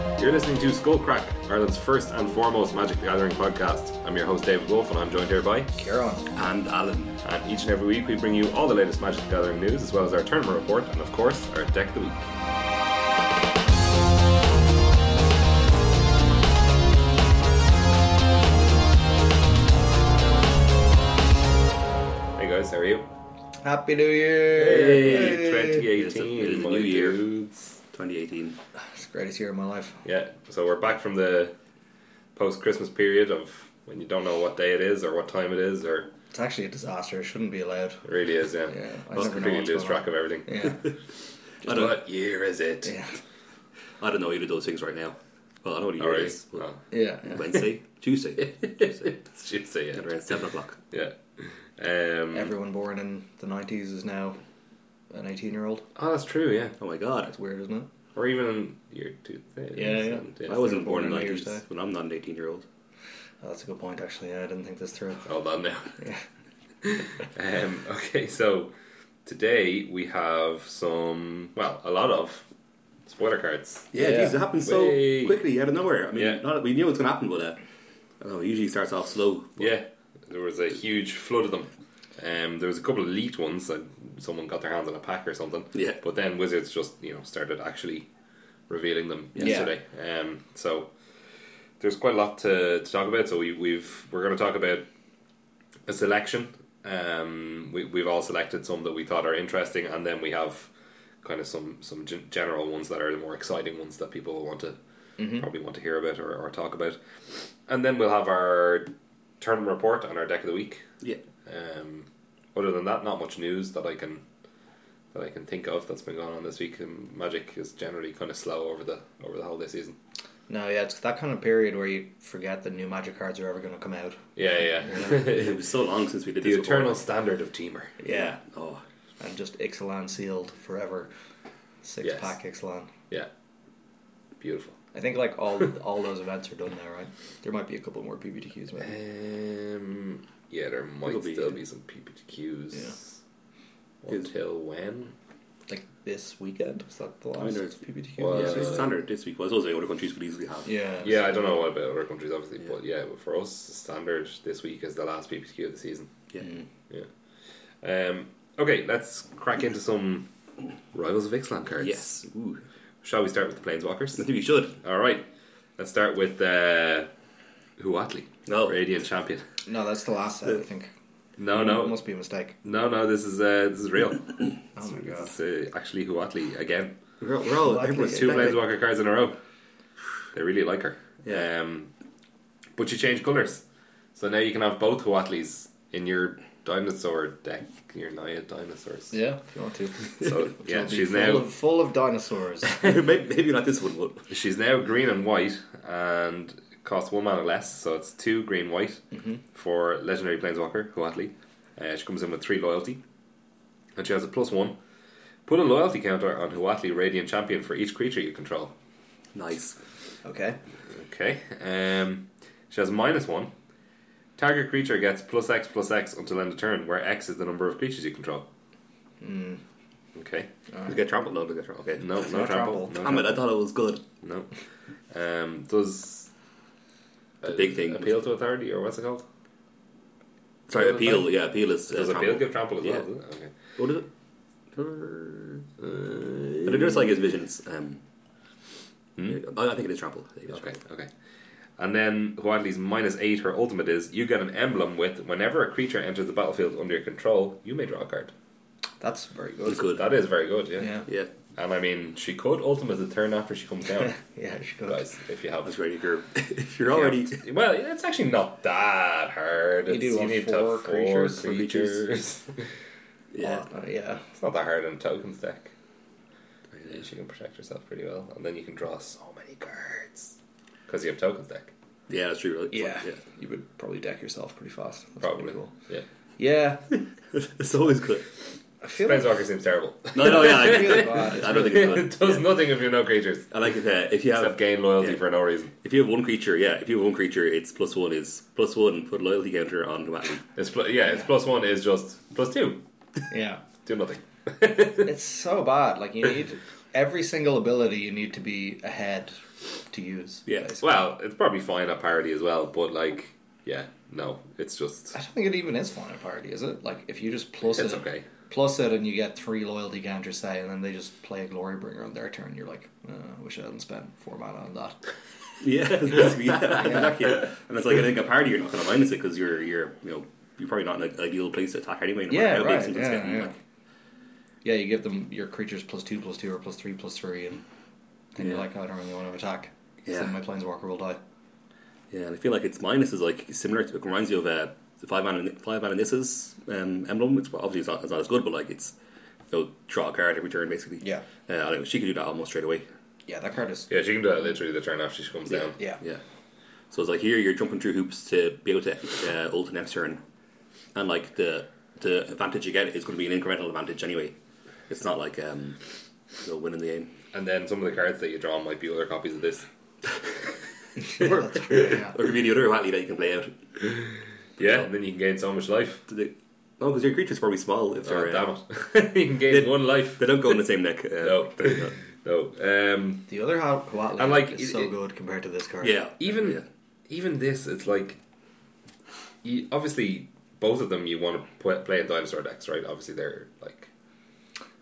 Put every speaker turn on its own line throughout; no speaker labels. to Skullcrack, Ireland's first and foremost Magic the Gathering podcast. I'm your host David Wolf, and I'm joined here by
Kieran.
and Alan.
And each and every week, we bring you all the latest Magic the Gathering news, as well as our tournament report, and of course, our deck of the week. Hey guys, how are you?
Happy New Year!
Hey, It's a-
2018,
it is a
my
new year.
dudes.
2018.
It's the greatest year of my life.
Yeah, so we're back from the post Christmas period of when you don't know what day it is or what time it is, or
It's actually a disaster. It shouldn't be allowed.
it really is, yeah.
Yeah, I
Us
never know
completely
what's
lose
going on.
track of everything.
Yeah,
I
Just
don't,
what year is it?
yeah,
I don't know either of those things right now. Well, I know what year
Alright.
it is. but
Oh,
yeah. yeah.
Wednesday? Tuesday? Tuesday.
it's Tuesday,
At
yeah.
around 7 o'clock.
yeah. Um,
Everyone born in the nineties is now an eighteen-year-old.
oh, that's true, yeah.
Oh my god.
That's weird, isn't it?
Or even in year 2000.
Yeah, yeah.
I wasn't
born
born in the
on New Year's
90s
Day.
when I'm not an 18 year old.
Oh, that's a good point, actually. Yeah, I didn't think this through.
Hold on now.
Yeah.
Um, okay, so today we have some, well, a lot of spoiler cards.
Yeah,
Yeah.
geez, it happened so
Way-
quickly out of nowhere. I mean,
Yeah.
not that we knew it was going to happen, but uh, I don't know, it usually starts off slow. but
Yeah, there was a huge flood of them. Um, there was a couple of leaked ones that someone got their hands on a pack or something.
Yeah.
But then Wizards just you know started actually revealing them yesterday. Um, so there's quite a lot to, to talk about. So we, we've we're going to talk about a selection. Um, we, we've all selected some that we thought are interesting, and then we have kind of some some gen- general ones that are the more exciting ones that people will want to probably want to hear about or, or talk about. And then we'll have our tournament report and our deck of the week.
Yeah.
Um, other than that, not much news that I can that I can think of that's been going on this week. And Magic is generally kind of slow over the over the holiday season.
No, yeah, it's that kind of period where you forget that new Magic cards are ever going to come out.
Yeah, yeah.
It was so long since we did
the
this. before.
eternal standard of teamer.
Yeah. Oh,
and just Ixalan sealed forever, six
Yes.
pack Ixalan.
Yeah, beautiful.
I think like all all those events are done now, right? There might be a couple more PBTQs, maybe.
Um, yeah, there might
It'll be-
still be some PPTQs. Until when?
like this weekend. Was that the last
Minor.
PBTQ?
Well,
yeah,
yeah.
so it's
uh,
standard this week. Well, those other countries could easily have.
yeah,
Yeah, I don't know about other countries, obviously,
Yeah.
but yeah, for us, standard this week is the last PPTQ of the season.
Yeah.
Um, okay, let's crack into some Rivals of Ixalan cards.
Yes. Ooh.
Shall we start with the
I think
Planeswalkers?
we should.
All right. Let's start with uh, Huatli,
No.
Radiant Champion.
No, that's the last set, I think.
Oh, No,
It
no,
must be a mistake.
no, no. This is uh, this is real.
Oh my god.
It's uh, actually Huatli again.
We're, we're all,
Likely.
everyone's
It's two
too late.
Planeswalker cards in a row. They really like her.
Yeah.
Um, but you change colours, so now you can have both Huatlis in your dinosaur deck. Your Naya dinosaurs.
Yeah, if you want to.
So yeah,
It'll be
she's
full
now
of, full of dinosaurs.
maybe, maybe not this one, but
She's now green and white and costs one mana less, so it's two green white for legendary planeswalker Huatli. Uh, she comes in with three loyalty, and she has a plus one. Put a loyalty counter on Huatli Radiant Champion for each creature you control.
nice.
okay.
Okay, um, she has minus one. Target creature gets plus X plus X until end of turn, where X is the number of creatures you control.
Hmm,
Okay,
You get trampled, no, you get trampled. Okay.
no, no
not
trample.
trample.
No
Damn it, I thought it was good.
No. Um, does
The big thing.
appeal to authority or what's it called?
Sorry,
Does it
appeal.
like-
Yeah, appeal is. Uh,
Does appeal
trample.
give trample as
Yeah.
well? does it? Okay.
What is it? But it does like his visions. Um, I I think it is trample. I think it is
Okay.
trample.
Okay. And then Huadli's minus eight. Her ultimate is you get an emblem with whenever a creature enters the battlefield under your control, you may draw a card.
That's very
It's
good.
good.
That is very good. Yeah.
Yeah.
Yeah,
And I mean, she could ultimate the turn after she comes down,
Yeah, she could.
guys. If you have.
that's great. If you're, if you're already.
Well, it's actually not that hard.
You
It's,
do
you
want
need to
four
have
creatures
four
from each-
creatures.
Yeah.
Oh, yeah.
It's not that hard in tokens deck. She can protect herself pretty well, and then you can draw so many cards because you have tokens deck.
Yeah, that's true. It's
Yeah.
like-
You would probably deck yourself pretty fast. That's pretty
Probably,
cool.
yeah.
Yeah.
yeah. it's always good.
I feel like
Planeswalker seems terrible.
No, no, yeah. I,
It's really bad.
I don't think it's
it
good.
does nothing if you're no creatures
I like if, uh, if you
except
have
gain loyalty
yeah.
for no reason.
if you have one creature, yeah. If you have one creature, it's plus one is plus one. Put loyalty counter on humanity.
It's pl- yeah, it's plus one is just plus two,
yeah.
do nothing.
It's so bad. Like you need every single ability you need to be ahead to use.
Yeah.
basically.
Well, it's probably fine at parity as well, but like, yeah, no, it's just
I don't think it even is fine at parity, is it? Like if you just plus
It's
it,
okay.
plus it, and you get three loyalty counters, say, and then they just play a glory bringer on their turn. You're like, uh, I wish I hadn't spent four mana on that.
Yeah, basically, yeah, exactly. And it's like I think a party you're not going to minus it because you're you're you know you're probably not in an ideal place to attack anyway. No matter
Yeah,
how big
right,
something's
yeah,
getting,
yeah.
like,
Yeah, you give them your creatures plus two, plus two, or plus three, plus three, and then you're
Yeah.
like, I don't really want to attack. 'cause
Yeah.
Then my planeswalker will die.
yeah. And I feel like its minus is like similar. to It reminds you of uh, the five mana five mana Nissa's um, emblem, which obviously is not, it's not as good, but like it's you know, draw a card every turn basically.
Yeah.
Uh, I don't know, she could do that almost straight away.
Yeah, that card is.
yeah. She can do that literally the turn after she comes down.
Yeah.
Yeah. So it's like here you're jumping through hoops to be able to uh, ult next turn, and like the the advantage you get is going to be an incremental advantage anyway. It's not like um, you know, winning the game.
And then some of the cards that you draw might be other copies of this.
Yeah, that's true, yeah.
Or could be the other Watley that you can play out.
Yeah, and then you can gain so much life.
To the, no, because your creature's probably small. If
Oh,
they're, uh,
damn it! you can gain one life.
they don't go in the same deck. Uh,
No.
they're not.
No. Um,
The other Hot Coatly
And, like,
is
it-
so
it-
good compared to this card.
Yeah.
even
yeah.
even this, it's like you, obviously both of them you want to play, play in dinosaur decks, right? Obviously they're like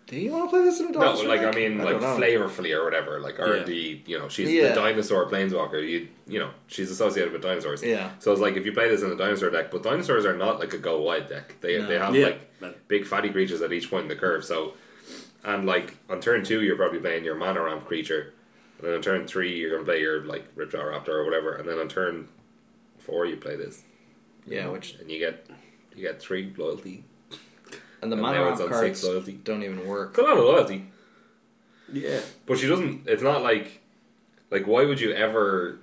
Do you want to play this in a
no,
dinosaur
like I
deck?
mean,
don't
like
know.
flavorfully or whatever, like or
Yeah.
the you know she's
Yeah.
the dinosaur planeswalker. You you know she's associated with dinosaurs.
Yeah.
So it's like if you play this in a dinosaur deck, but dinosaurs are not like a go wide deck. They
No.
they have
Yeah.
like big fatty creatures at each point in the curve. So and like on turn two, you're probably playing your mana ramp creature, and then on turn three, you're gonna play your like Ripjaw Raptor or whatever, and then on turn four, you play this,
Yeah, which
and you get you get three loyalty.
and the
And
mana
now it's
ramp
on six
cards
loyalty.
don't even
It's
work.
a lot of loyalty.
Yeah.
But she doesn't. It's not like, like why would you ever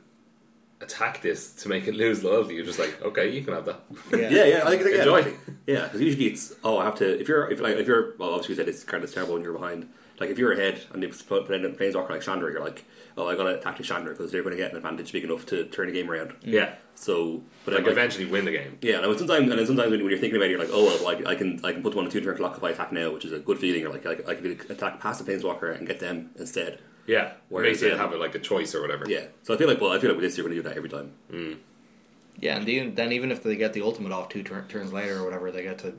attack this to make it lose loyalty? You're just like, okay, you can have that.
Yeah, yeah, I think yeah,
Enjoy.
like- Yeah, because usually it's oh, I have to. If you're if like if you're well, obviously we said it's kind of terrible when you're behind. Like if you're ahead and it's pl- playing planeswalker like Chandra, you're like, oh, I gotta attack the Chandra because they're gonna get an advantage big enough to turn the game around.
Yeah,
So, but
like
then, like,
eventually win the game.
yeah, and I would sometimes and then sometimes when you're thinking about it, you're like, oh, well, I, I can I can put one on two turn clock if I attack now, which is a good feeling. Or like I, I can attack past the planeswalker and get them instead.
Yeah,
Whereas,
makes you
um,
have like a choice or whatever.
Yeah. So I feel like well, I feel like with this you're gonna do that every time.
Yeah, and then, then even if they get the ultimate off two tur- turns later or whatever, they get to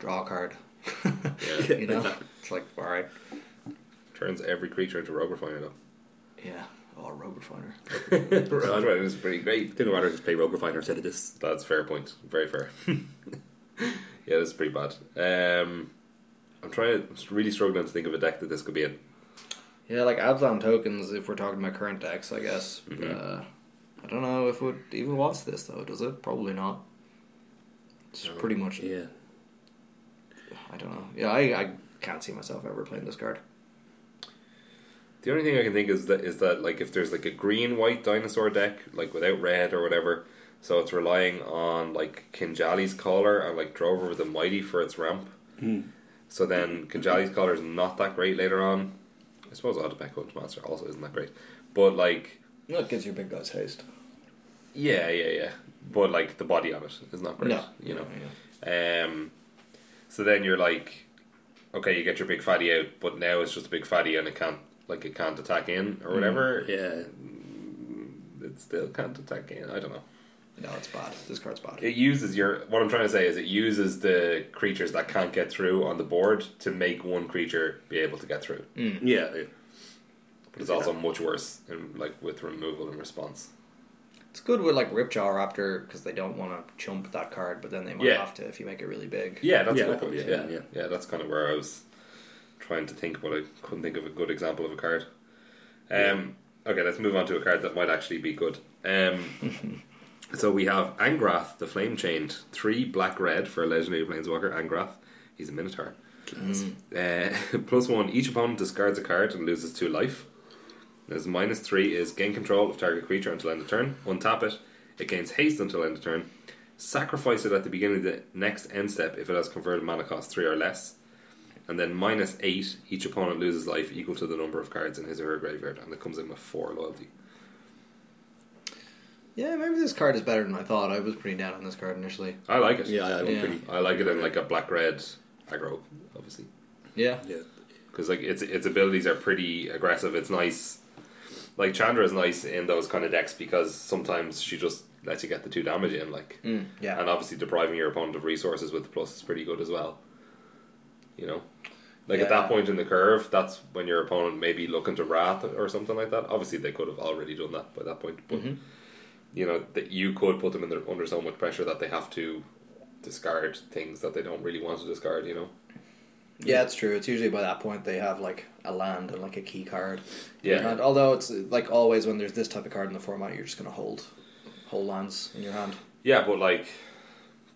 draw a card.
Yeah.
you know, it's like all right,
turns every creature into Rover Finder. Though.
yeah, oh, Robert Finder.
Rover Finder is pretty great.
I think I'd rather just play Rogue Refiner instead of this.
That's a fair point. Very fair. yeah, that's pretty bad. Um, I'm trying. I'm really struggling to think of a deck that this could be in.
Yeah, like Absalom tokens. If we're talking about current decks, I guess. Uh, I don't know if it would even wants this though. Does it? Probably not. It's pretty much.
Yeah.
I don't know. Yeah, I, I can't see myself ever playing this card.
The only thing I can think is that is that like if there's like a green white dinosaur deck like without red or whatever, so it's relying on like Kinjali's Caller and like Drover the Mighty for its ramp. So then Kinjali's Caller is not that great later on. I suppose Autoback Hunt Master also isn't that great, but like
No, it gives your big guys haste.
yeah yeah yeah, but like the body on it is not great.
No,
You know.
Yeah.
Um, so then you're like, okay, you get your big fatty out, but now it's just a big fatty and it can't like it can't attack in or whatever.
Yeah.
It still can't attack in. I don't know.
No, it's bad. This card's bad.
It uses your. What I'm trying to say is it uses the creatures that can't get through on the board to make one creature be able to get through.
Yeah. yeah.
But it's also much worse, in, like with removal and response.
It's good with like Ripjaw Raptor because they don't want to chump that card, but then they might
Yeah.
have to if you make it really big.
Yeah, that's
Yeah,
a good
that could
point.
be it,
Yeah, yeah,
yeah,
that's kind of where I was trying to think, but I couldn't think of a good example of a card. Um, Okay, let's move on to a card that might actually be good. Um, so we have Angrath, the Flame Chained, three black red for a legendary planeswalker. Angrath, he's a Minotaur. Uh, plus one, each opponent discards a card and loses two life. There's minus three is gain control of target creature until end of turn. Untap it. It gains haste until end of turn. Sacrifice it at the beginning of the next end step if it has converted mana cost three or less. And then minus eight, each opponent loses life equal to the number of cards in his or her graveyard, and it comes in with four loyalty.
Yeah, maybe this card is better than I thought. I was pretty down on this card initially.
I like it.
Yeah, I, I'm
Yeah.
pretty.
I like it in like a black red aggro, obviously.
Yeah.
Yeah.
because like its its abilities are pretty aggressive. It's nice. Like Chandra is nice in those kind of decks because sometimes she just lets you get the two damage in, like,
Mm, yeah.
and obviously depriving your opponent of resources with the plus is pretty good as well. You know, like at
Yeah.
that point in the curve, that's when your opponent may be looking to wrath or something like that. Obviously, they could have already done that by that point, but
Mm-hmm.
you know that you could put them in their, under so much pressure that they have to discard things that they don't really want to discard. You know,
Yeah, it's true. It's usually by that point they have like a land and like a key card.
Yeah.
In your hand. although it's like always when there's this type of card in the format, you're just gonna hold hold lands in your hand.
yeah, but like.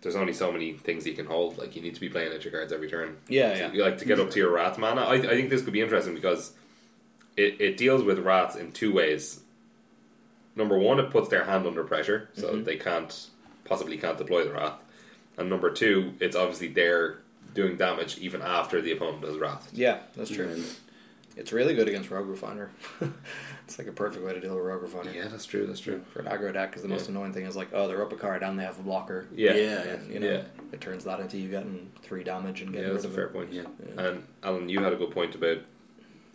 There's only so many things you can hold. Like you need to be playing at your cards every turn.
Yeah,
So,
yeah.
Like to get up to your wrath mana. I, I think this could be interesting because it, it deals with rats in two ways. Number one, it puts their hand under pressure, so they can't possibly can't deploy the wrath. And number two, it's obviously they're doing damage even after the opponent does wrath.
Yeah, that's true.
And
It's really good against Rogue Refiner. it's like a perfect way to deal with Rogue Refiner.
Yeah, that's true. That's true.
For an aggro deck, because the most annoying thing is like, oh, they're up a card and they have a blocker.
Yeah,
Yeah.
And, you know,
Yeah.
it turns that into you getting three damage and getting
yeah, that's
rid
a
of
fair
it.
point.
Yeah.
And Alan, you had a good point about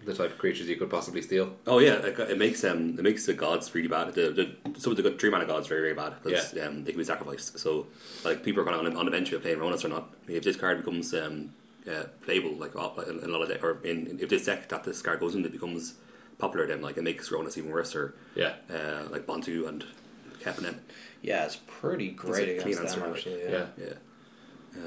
the type of creatures you could possibly steal.
Oh yeah, it, it makes um it makes the gods really bad. The, the some of the good three mana gods very very bad because um, they can be sacrificed. So like people are kind of on, on the bench if playing Ronas or not. If this card becomes um uh, playable like op- like, in a lot of deck, or in, in- if this deck that this card goes in, it becomes popular. Then like it makes Ronas even worse or
Yeah.
uh, like Bantu and Kapanet.
Yeah, it's pretty great
a clean
against
answer,
them,
right?
actually.
Yeah.
yeah.
Yeah,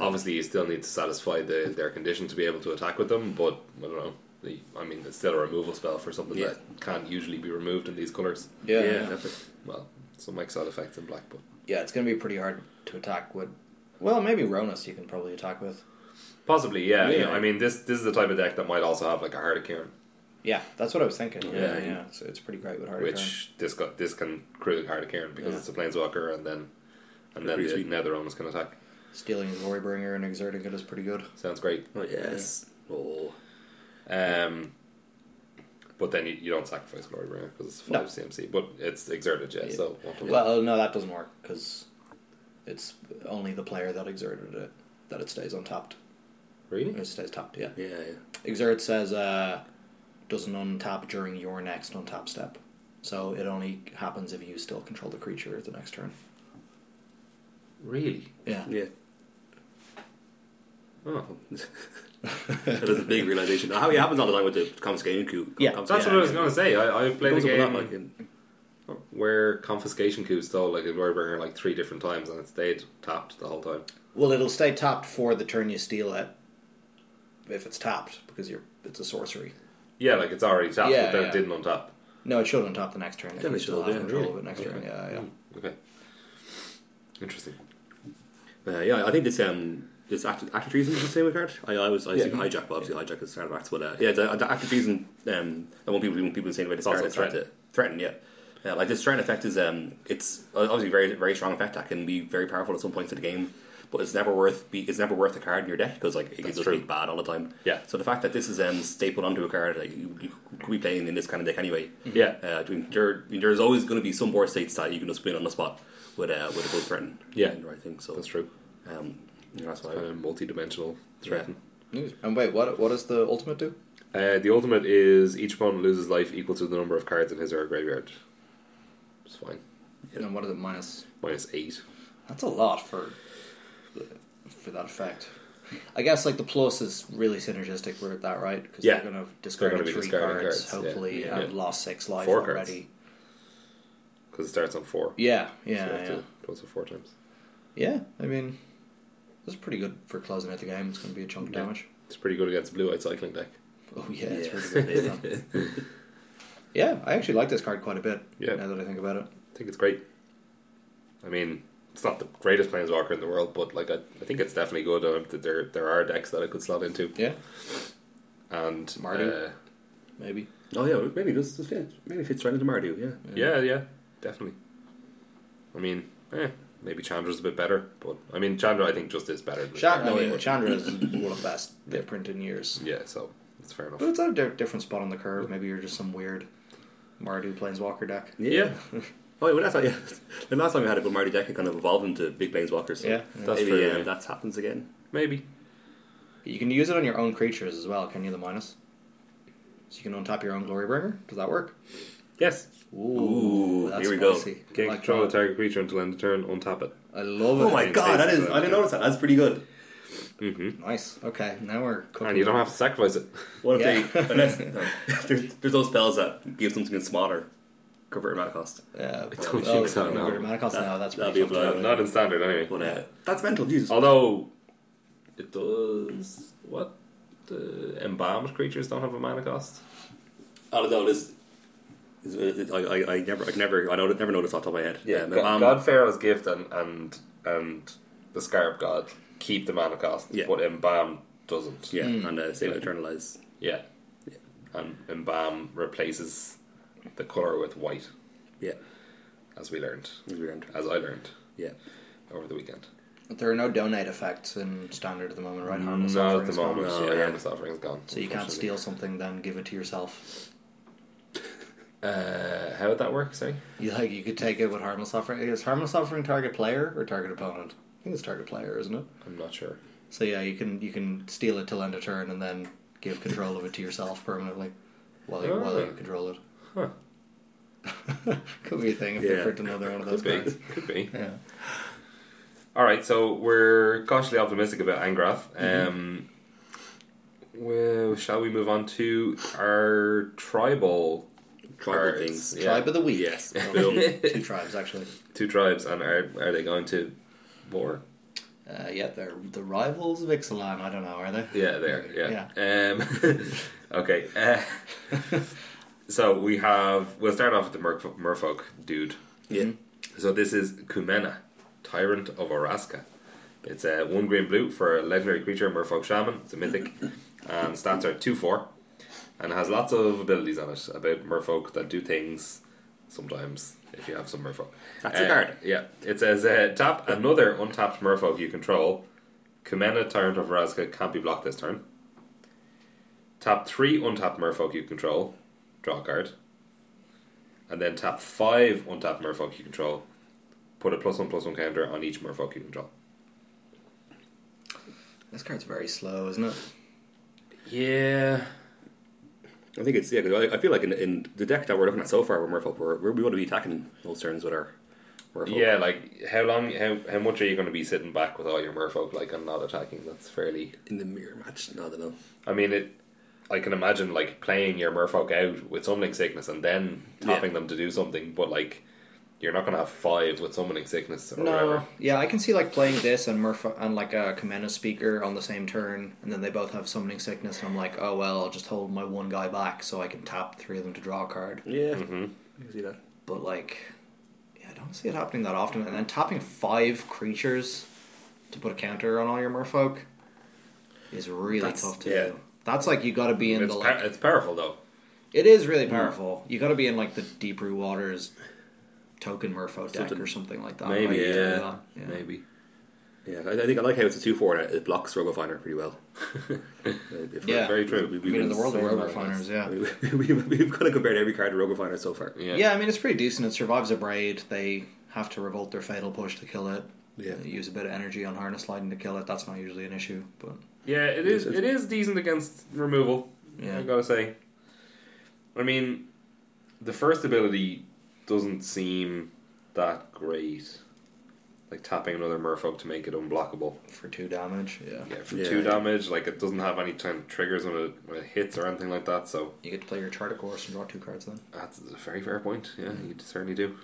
Obviously, you still need to satisfy the, their condition to be able to attack with them, but I don't know. The, I mean, it's still a removal spell for something
Yeah.
that can't usually be removed in these colours.
Yeah,
yeah,
yeah.
definitely.
Well, some like side effects in black, but
Yeah, it's going to be pretty hard to attack with. Well, maybe Ronus you can probably attack with.
possibly, yeah. you
Yeah.
know, I mean, this this is the type of deck that might also have like a Hardicairn,
Yeah, that's what I was thinking. Yeah, yeah.
Yeah.
So it's pretty great with Hard
which this got this can crew Hardicairn because
Yeah.
it's a Planeswalker, and then and then
Pretty
the
sweet.
Nether Realms can attack.
Stealing Glorybringer and exerting it is pretty good.
Sounds great.
Oh yes. Oh
Um, but then you, you don't sacrifice Glorybringer because it's
No.
five CMC, but it's exerted, yeah.
Yeah.
So one to one.
Well, no, that doesn't work because it's only the player that exerted it that it stays untapped.
really,
It stays tapped, yeah.
yeah, yeah.
Exert says uh, doesn't untap during your next untap step. So it only happens if you still control the creature the next turn.
really.
Yeah.
Yeah,
Oh.
that is a big realization. How it happens all the time with the confiscation coup.
Yeah,
That's what
Yeah,
confiscation
I was
coup.
gonna say. I, I played a
Goes up a lot,
game
like, in-
where confiscation coup stole like a Glorybringer like three different times and it stayed tapped the whole time.
Well, it'll stay tapped for the turn you steal it if it's tapped because you're it's a sorcery.
Yeah, like it's already tapped,
Yeah,
but then
yeah.
it didn't untap.
No, it should untap the next turn. If
Then
you
it
still have
should, yeah,
control
really.
of it next turn.
Okay.
Yeah, yeah.
Okay. Interesting.
Uh, yeah, I think this um this act, act of treason is the same with card. I, I was I
Yeah.
yeah. hijack, but obviously hijack is started acts, but uh, yeah, the, the act of treason. Um, I want people people to say about this
Also
card. It's trying to threaten, yeah. Yeah, Uh, like this threat effect is um, it's obviously a very very strong effect that can be very powerful at some points of the game, but it's never worth be, it's never worth a card in your deck because like it
That's
can just
true.
be bad all the time.
Yeah.
So the fact that this is um stapled onto a card like you, you could be playing in this kind of deck anyway.
Mm-hmm. Yeah.
Uh, I mean, there, I mean, there's always going to be some board states that you can just win on the spot with uh, with a good threaten.
Yeah.
and the right thing. So
That's true.
um, you know, that's why.
Kind of multi-dimensional threat.
And wait, what what does the ultimate do?
Uh, the ultimate is each opponent loses life equal to the number of cards in his or her graveyard. It's fine.
And what is it minus?
Minus eight.
That's a lot for for that effect. I guess like the plus is really synergistic with that, right? Because
Yeah.
they're going to discard
gonna be
three
discarding
cards,
cards, yeah.
hopefully,
Yeah.
and lost six life
Four cards.
already.
Because it starts on four.
Yeah,
So
yeah,
you have
yeah.
to close it four times.
Yeah, I mean, this is pretty good for closing out the game. It's going to be a chunk of
Yeah.
damage.
It's pretty good against blue eyed cycling deck.
Oh yeah, it's
Yeah.
pretty good. Yeah. yeah, I actually like this card quite a bit.
Yeah.
Now that I think about it.
I think it's great. I mean, it's not the greatest planeswalker in the world, but like I, I think it's definitely good. And th- there there are decks that I could slot into,
Yeah,
and
Mardu?
uh,
maybe.
Oh yeah, maybe this, this fits. Maybe fits right into Mardu. Yeah.
yeah, yeah, definitely. I mean, eh, maybe Chandra's a bit better, but I mean, Chandra I think just is better. Than
Chandra,
No,
I mean,
yeah.
Chandra is one of the best they've printed in years.
Yeah, so it's fair enough.
But it's at a di- different spot on the curve. Maybe you're just some weird Mardu Planeswalker deck.
Yeah.
Oh yeah, well, that's how, yeah. The last time we had a good Mardu deck, it kind of evolved into big planeswalkers. So
Yeah,
That's
maybe
true,
um,
yeah.
that happens again.
Maybe.
You can use it on your own creatures as well, can you? The minus. So you can untap your own Glorybringer. Does that work?
Yes.
Ooh,
that's
here we go.
spicy.
Gain
Like
control of
that.
target creature until end of turn, untap it.
I love it.
Oh my
It
god, that
tastes
is.
good.
I didn't notice that. That's pretty good.
Nice. Okay, now we're cooking.
And you don't have to sacrifice it.
What if
Yeah.
they. Unless, no. there's, there's those spells that give something that's smaller. Convert mana cost.
Yeah, but-
don't
oh,
think so, no.
no. Mana cost
That-
now. That's
that'd
pretty
be a
tough.
blow.
Not in standard, anyway.
But uh, that's mental, Jesus.
Although it does what the embalmed creatures don't have a mana cost.
Oh no, this. this- uh, it- I, I, I never, I never, I don't, never noticed off the top of my head. Um,
Go-
um,
God Pharaoh's gift and and and the Scarab God keep the mana cost,
Yeah.
but embalm doesn't.
yeah, and uh, save it, eternalize.
yeah, and embalm replaces the color with white,
Yeah,
as we learned,
it's weird.
as I learned
Yeah,
over the weekend.
There are no donate effects in standard at the moment, right? Harmless
Not at
offerings
the moment.
gone.
gone.
yeah,
No, yeah.
Harmless offering's gone.
So you can't
unfortunately.
steal something, then give it to yourself.
Uh, how would that work? Sorry.
You like you could take it with harmless offering. Is harmless offering target player or target opponent? I think it's target player, isn't it?
I'm not sure.
So yeah, you can you can steal it till end of turn and then give control of it to yourself permanently while you, while you
Ah.
control it.
Huh.
Could be a thing if
Yeah.
they print another one of those
Could be.
cards.
Could be.
Yeah.
All right, so we're cautiously optimistic about Angrath. Um, well, shall we move on to our tribal
tribal
cards?
things.
Yeah,
Tribe of the week.
Yes.
Oh,
Boom.
two tribes actually.
two tribes, and are are they going to war?
Uh, yeah, they're the rivals of Ixalan. I don't know, are they?
Yeah, there. Yeah. Um, okay. Uh, so we have. We'll start off with the merf- Merfolk dude. Mm-hmm.
Yeah,
So this is Kumena, Tyrant of Oraska. It's a one green blue for a legendary creature, Merfolk Shaman. It's a mythic, and stats are two four, and it has lots of abilities on it about Merfolk that do things. Sometimes, if you have some Merfolk, Uh,
That's a card.
Yeah, it says uh, tap another untapped Merfolk you control. Kumena, Tyrant of Oraska, can't be blocked this turn. Tap three untapped Merfolk you control, draw a card and then tap five untapped Murfolk you control. Put a plus one plus one counter on each Murfolk you control.
This card's very slow, isn't it?
Yeah,
I think it's yeah. 'cause I, I feel like in, in the deck that we're looking at so far, we're Merfolk. We're, we're, we want to be attacking those turns with our Merfolk.
yeah. Like how long? How how much are you going to be sitting back with all your Murfolk like and not attacking? That's fairly.
in the mirror match. No, I don't know.
I mean it. I can imagine like playing your Murfolk out with summoning sickness and then tapping them to do something, but like you're not going to have five with summoning sickness or whatever.
Yeah, I can see like playing this and Murph and like a Kamena speaker on the same turn, and then they both have summoning sickness, and I'm like, oh well, I'll just hold my one guy back so I can tap three of them to draw a card.
Yeah,
Mm-hmm.
Mm-hmm.
I can see that.
But like, yeah, I don't see it happening that often. And then tapping five creatures to put a counter on all your Merfolk is really
That's-
tough to
yeah.
do. That's like you got to be in
It's Mm.
the
par-
like,
it's powerful though.
It is really powerful. You got to be in like the deep root waters token Murpho deck
Something-
or something like that.
Maybe
right?
yeah,
Yeah.
maybe.
Yeah, I, I think I like how it's a two four and it- it blocks Rogo Finder pretty well. Uh, If-
Yeah.
Very true.
I mean, in the world of
Same amount
rogue
of
refiners, yeah.
We, we, we've kind of compared every card to Rogo Finder so far.
Yeah.
yeah, I mean it's pretty decent. It survives a braid. They have to revolt their fatal push to kill it.
Yeah.
They use a bit of energy on harness lightning to kill it. That's not usually an issue, but
Yeah, it is.
Yes,
It is decent against removal.
Yeah.
I gotta say. I mean, the first ability doesn't seem that great. Like tapping another Murfolk to make it unblockable.
for two damage, yeah,
Yeah, for
Yeah,
two
yeah.
damage. Like it doesn't have any kind of triggers when it when it hits or anything like that. So
you get to play your charter course and draw two cards then.
that's a very fair point. Yeah,
Mm-hmm.
you certainly do.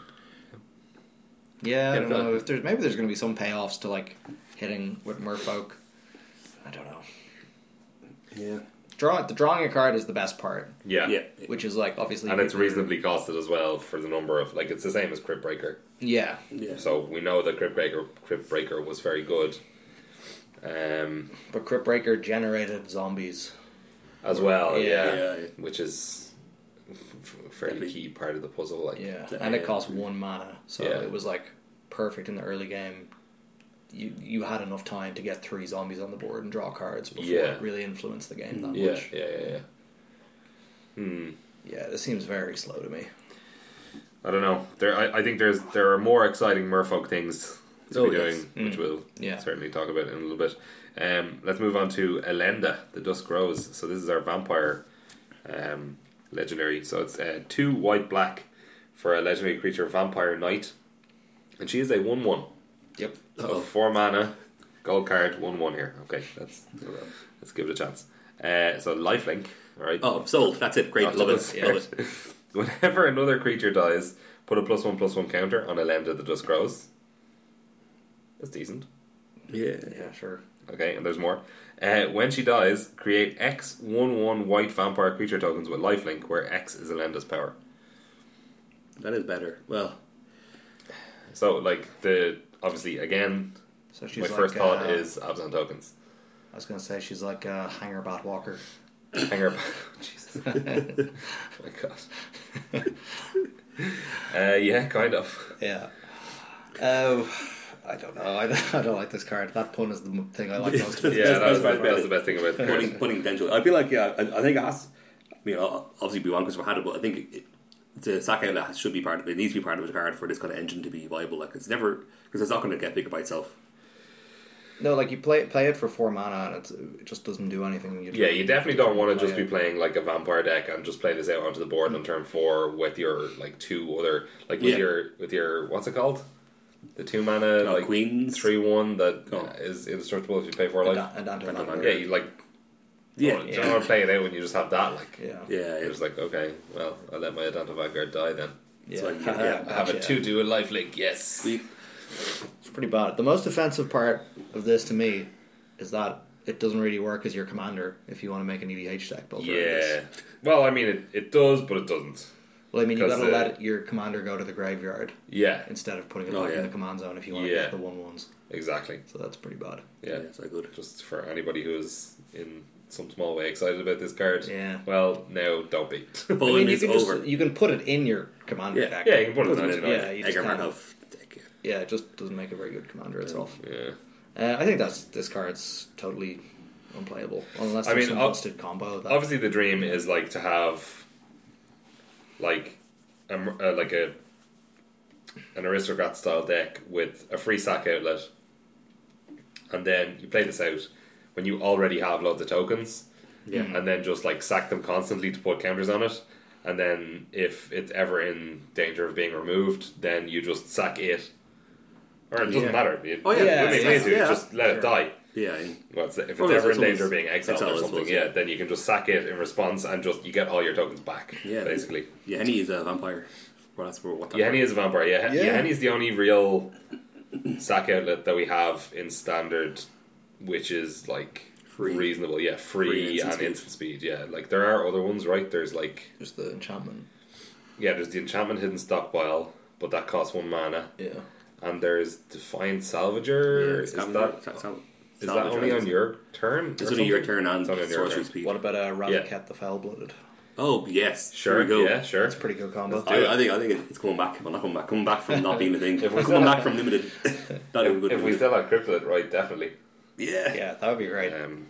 Yeah, I
Yeah,
don't
I feel
know
like-
if there's maybe there's going to be some payoffs to like hitting with Merfolk. I don't know.
Yeah.
Draw the drawing a card is the best part,
Yeah.
Yeah.
which is like obviously
And it's
people-
reasonably costed as well for the number of like it's the same as Crypt Breaker.
Yeah,
Yeah.
So we know that Crypt Breaker Crypt Breaker was very good. Um
but Crypt Breaker generated zombies.
as well.
Yeah.
Yeah,
Yeah.
which is f- a fairly
Definitely.
key part of the puzzle. Like,
Yeah,
Yeah.
and it cost one mana, so
Yeah.
it was like perfect in the early game. You you had enough time to get three zombies on the board and draw cards before
Yeah. Mm-hmm.
it really influenced the game that
yeah,
much.
yeah, yeah, yeah. Hmm.
Yeah, this seems very slow to me.
I don't know. There, I, I think there's there are more exciting Merfolk things to
Oh,
be
yes.
doing, which we'll
Yeah.
certainly talk about in a little bit. Um, let's move on to Elenda, the Dusk Rose. So this is our vampire um, legendary. So it's uh, two white black for a legendary creature, Vampire Knight, and she is a one one.
Yep.
So four mana, gold card, one one here. Okay, that's let's give it a chance. Uh, so lifelink, all right.
Oh, sold. That's it. Great.
Off to
Love
the
it. Love it.
start. Whenever another creature dies, put a plus one plus one counter on a land that just grows. That's decent.
Yeah.
Yeah, sure.
Okay, and there's more. Uh, when she dies, create X one one white vampire creature tokens with lifelink, where X is Elenda's power.
That is better. Well,
So, like the obviously again,
So she's
my
like,
first thought
uh,
is Abzan tokens.
I was gonna say she's like a hanger bot walker.
Hanger, Jesus, Oh my God. Uh, yeah, kind of.
Yeah. Um, I don't know. I don't, I don't like this card. That pun is the m- thing I like most.
Yeah, that was,
That's
the- that was the best thing about the
putting,
card.
putting potential. I feel like yeah. I, I think it has. I mean, o- obviously we want because we had it, but I think it, the sack outlet should be part of it. Needs to be part of the card for this kind of engine to be viable. Like it's never because it's not going to get bigger by itself.
No, like you play play it for four mana and it's, it just doesn't do anything. You
Yeah, you definitely don't want to just be
it.
playing like a vampire deck and just play this out onto the board on turn four with your like two other like with
Yeah.
your with your what's it called the two mana
Uh,
like
Queens.
three one that is
Oh.
indestructible if you pay four
a
life.
da- a Dante
Dante
Lander.
Yeah, you like
Yeah.
don't, don't want to play it out when you just have that. Like,
Yeah.
Yeah,
You're just like, okay, well, I'll let my Atlanta Vanguard die then.
Yeah.
like, yeah, yeah,
I have a
Gotcha.
two do a life link. Yes.
We-
It's pretty bad. The most offensive part of this to me is that it doesn't really work as your commander if you want to make an E EDH deck build. around
Yeah.
this.
Well, I mean, it, it does, but it doesn't.
Well, I mean, you got
Because,
to
uh,
let your commander go to the graveyard
Yeah.
instead of putting it
Oh,
back in
yeah.
the command zone if you want
Yeah.
to get the one ones.
Exactly.
So that's pretty bad.
Yeah.
it's like good.
Just for anybody who is in some small way excited about this card.
Yeah.
Well, no, don't be.
Bowen
I mean, you
is
can
over.
just you can put it in your commander
Yeah.
deck.
yeah, you can put it
Doesn't
on
it?
yeah,
tonight.
you just
Edgar
can't-
Markov. deck, yeah.
Yeah, it just doesn't make a very good commander itself.
Yeah.
Uh, I think that's this card's totally unplayable unless
I
there's
mean,
some
ob-
busted combo. That,
Obviously, the dream is like to have, like, a, mer- uh, like a an aristocrat style deck with a free sack outlet, and then you play this out when you already have loads of tokens,
Yeah.
and then just like sack them constantly to put counters on it, and then if it's ever in danger of being removed, then you just sack it, or it doesn't
Yeah.
matter. It,
Oh, yeah,
it
yeah,
doesn't
yeah,
mean anything,
yeah.
just let
Sure.
it die.
Oh, Yeah, and-
Well, it's, if it's
Well, it's-
ever
it's
in danger of
almost-
being exiled
exiled,
or
I
something,
suppose,
yeah,
yeah.
then you can just sack it in response and just you get all your tokens back,
Yeah.
basically.
yeah. Henny is a vampire. Well, that's what. what that
Yeheni is a vampire. Yeah,
Yeah.
yeah. Yeheni's the only real sack outlet that we have in standard, which is like
Free.
reasonable. Yeah, free,
Free instant
and
speed.
instant speed. Yeah, like there are other ones, right? There's like
there's the enchantment.
yeah, there's the enchantment hidden stockpile, but that costs one mana,
Yeah.
and there's defiant
Yeah,
salvager. is
Scavenger-
that
Sa- Sa-
is that only
Salvager.
on your turn?
It's
or
only your
something?
turn on
It's only your
sorcery
turn.
speed.
What about a Ravakat
Yeah.
the Foul Blooded?
Oh yes,
Sure.
Here we go.
Yeah, sure.
That's a pretty good combo.
do it.
I, I think I think it's coming back. Well, not coming back. Coming back from not being a thing.
If we sell-
coming back from limited. that would be good.
If we still had cryptid, right? Definitely.
yeah.
Yeah, that would be great.
Um,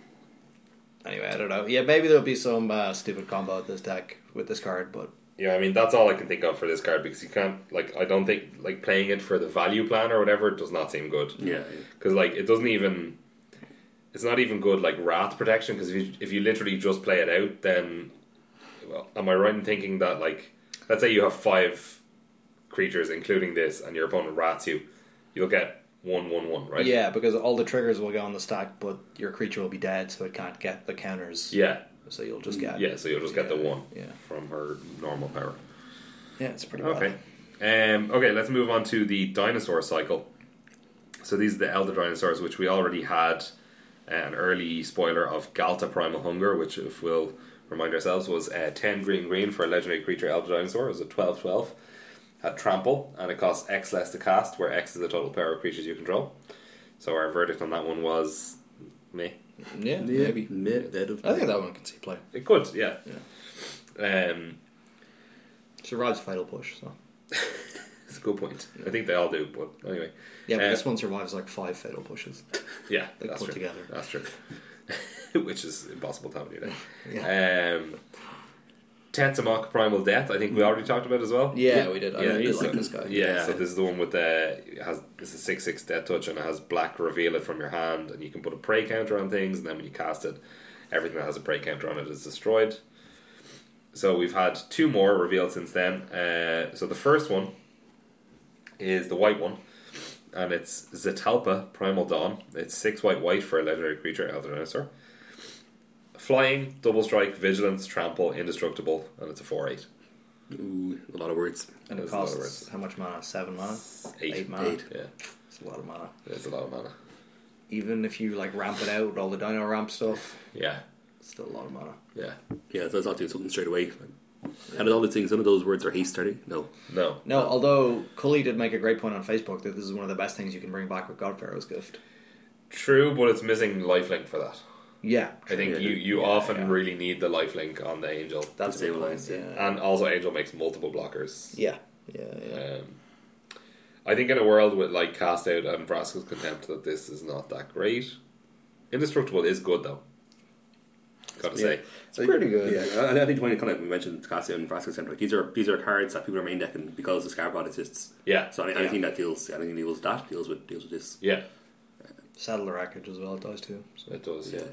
Anyway, I don't know. Yeah, maybe there'll be some uh, stupid combo with this deck with this card, but
yeah, I mean that's all I can think of for this card because you can't like I don't think like playing it for the value plan or whatever does not seem good.
yeah,
because like it doesn't even. It's not even good like wrath protection because if you if you literally just play it out, then well, am I right in thinking that like let's say you have five creatures including this and your opponent rats you, you'll get one one one right?
yeah, because all the triggers will go on the stack, but your creature will be dead, so it can't get the counters.
yeah,
So you'll just get
yeah. So you'll just get the one
Yeah.
from her normal power.
yeah, it's pretty
Okay.
bad.
Um, okay, let's move on to the dinosaur cycle. So these are the elder dinosaurs, which we already had an early spoiler of Galta Primal Hunger, which, if we'll remind ourselves, was uh, 10 green green for a legendary creature elder dinosaur. It was a 12 12. Had trample, and it costs X less to cast, where X is the total power of creatures you control. So our verdict on that one was meh.
Yeah, maybe. I think that one can see play.
It could, yeah. Um,
Survives Fatal Push, so
it's a good point. I think they all do, but anyway.
yeah, but
Uh,
this one survives like five Fatal Pushes.
Yeah,
Like,
that's
put
true.
together.
That's true. Which is impossible time of your day. Um, Tetsamok Primal Death, I think we already talked about as well.
Yeah, we did. I
Yeah,
really
so-
like this guy.
Yeah,
Yeah.
so this is the one with the it has it's a six six death touch and it has black reveal it from your hand and you can put a prey counter on things and then when you cast it, everything that has a prey counter on it is destroyed. So we've had two more revealed since then. Uh, so the first one is the white one, and it's Zatalpa Primal Dawn. It's six white white for a legendary creature, Elder Dinosaur. Flying, double strike, vigilance, trample, indestructible, and it's a four eight.
Ooh, a lot of words.
And it
That's a lot of
costs
words.
how much mana? Seven mana.
Eight.
mana.
Eight.
Yeah,
It's a lot of mana.
it's a lot of mana.
Even if you like ramp it out with all the dino ramp stuff,
Yeah,
it's still a lot of mana.
yeah.
Yeah, so it's not doing something straight away. And all the things, none of those words are haste, are they? No.
No,
No, although Cully did make a great point on Facebook that this is one of the best things you can bring back with God Pharaoh's gift.
true, but it's missing lifelink for that.
Yeah,
I think
Yeah,
you, you
yeah,
often
yeah.
really need the lifelink on the angel.
that's a good
Disable
point.
lines,
Yeah.
And also, Angel makes multiple blockers.
yeah, Uh, yeah, yeah.
Um, I think in a world with like cast out and Vraska's contempt, that this is not that great. Indestructible is good though. Gotta say,
It's pretty good.
Yeah, and I think when you kind of mentioned Cassia and Frasco Center, like these are these are cards that people are main decking because the Scarabot exists.
yeah,
So any-
Yeah.
anything that deals anything that deals with that deals with deals with this.
yeah,
Saddle the wreckage as well. It does too. So.
it does.
Yeah.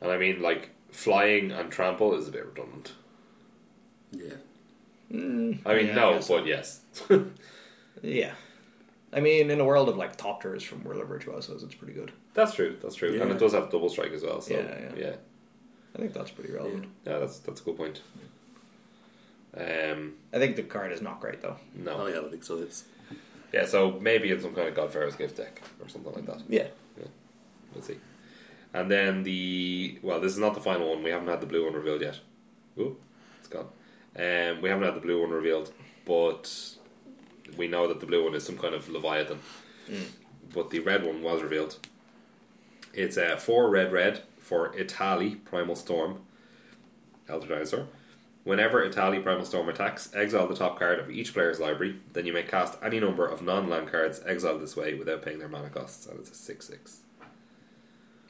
And I mean, like flying and trample is a bit redundant.
Yeah.
I mean,
Yeah, I
no,
guess so.
but yes,
Mm, Yeah, I mean, in a world of like topters from World of Virtuosos, it's pretty good.
that's true. That's true, and
Yeah.
it does have double strike as well. So
Yeah, yeah.
yeah.
I think that's pretty relevant.
Yeah, that's that's a good point. Um,
I think the card is not great though.
Oh
no,
yeah, I think so. It's
yeah. So maybe in some kind of Godfarer's gift deck or something like that.
Yeah,
We'll see. And then the well, this is not the final one. We haven't had the blue one revealed yet. Ooh, it's gone. Um, we haven't had the blue one revealed, but we know that the blue one is some kind of leviathan. But the red one was revealed. It's a four red red for Itali Primal Storm, Elder Dinosaur. Whenever Itali Primal Storm attacks, exile the top card of each player's library. Then you may cast any number of non-land cards exiled this way without paying their mana costs, and it's a six six.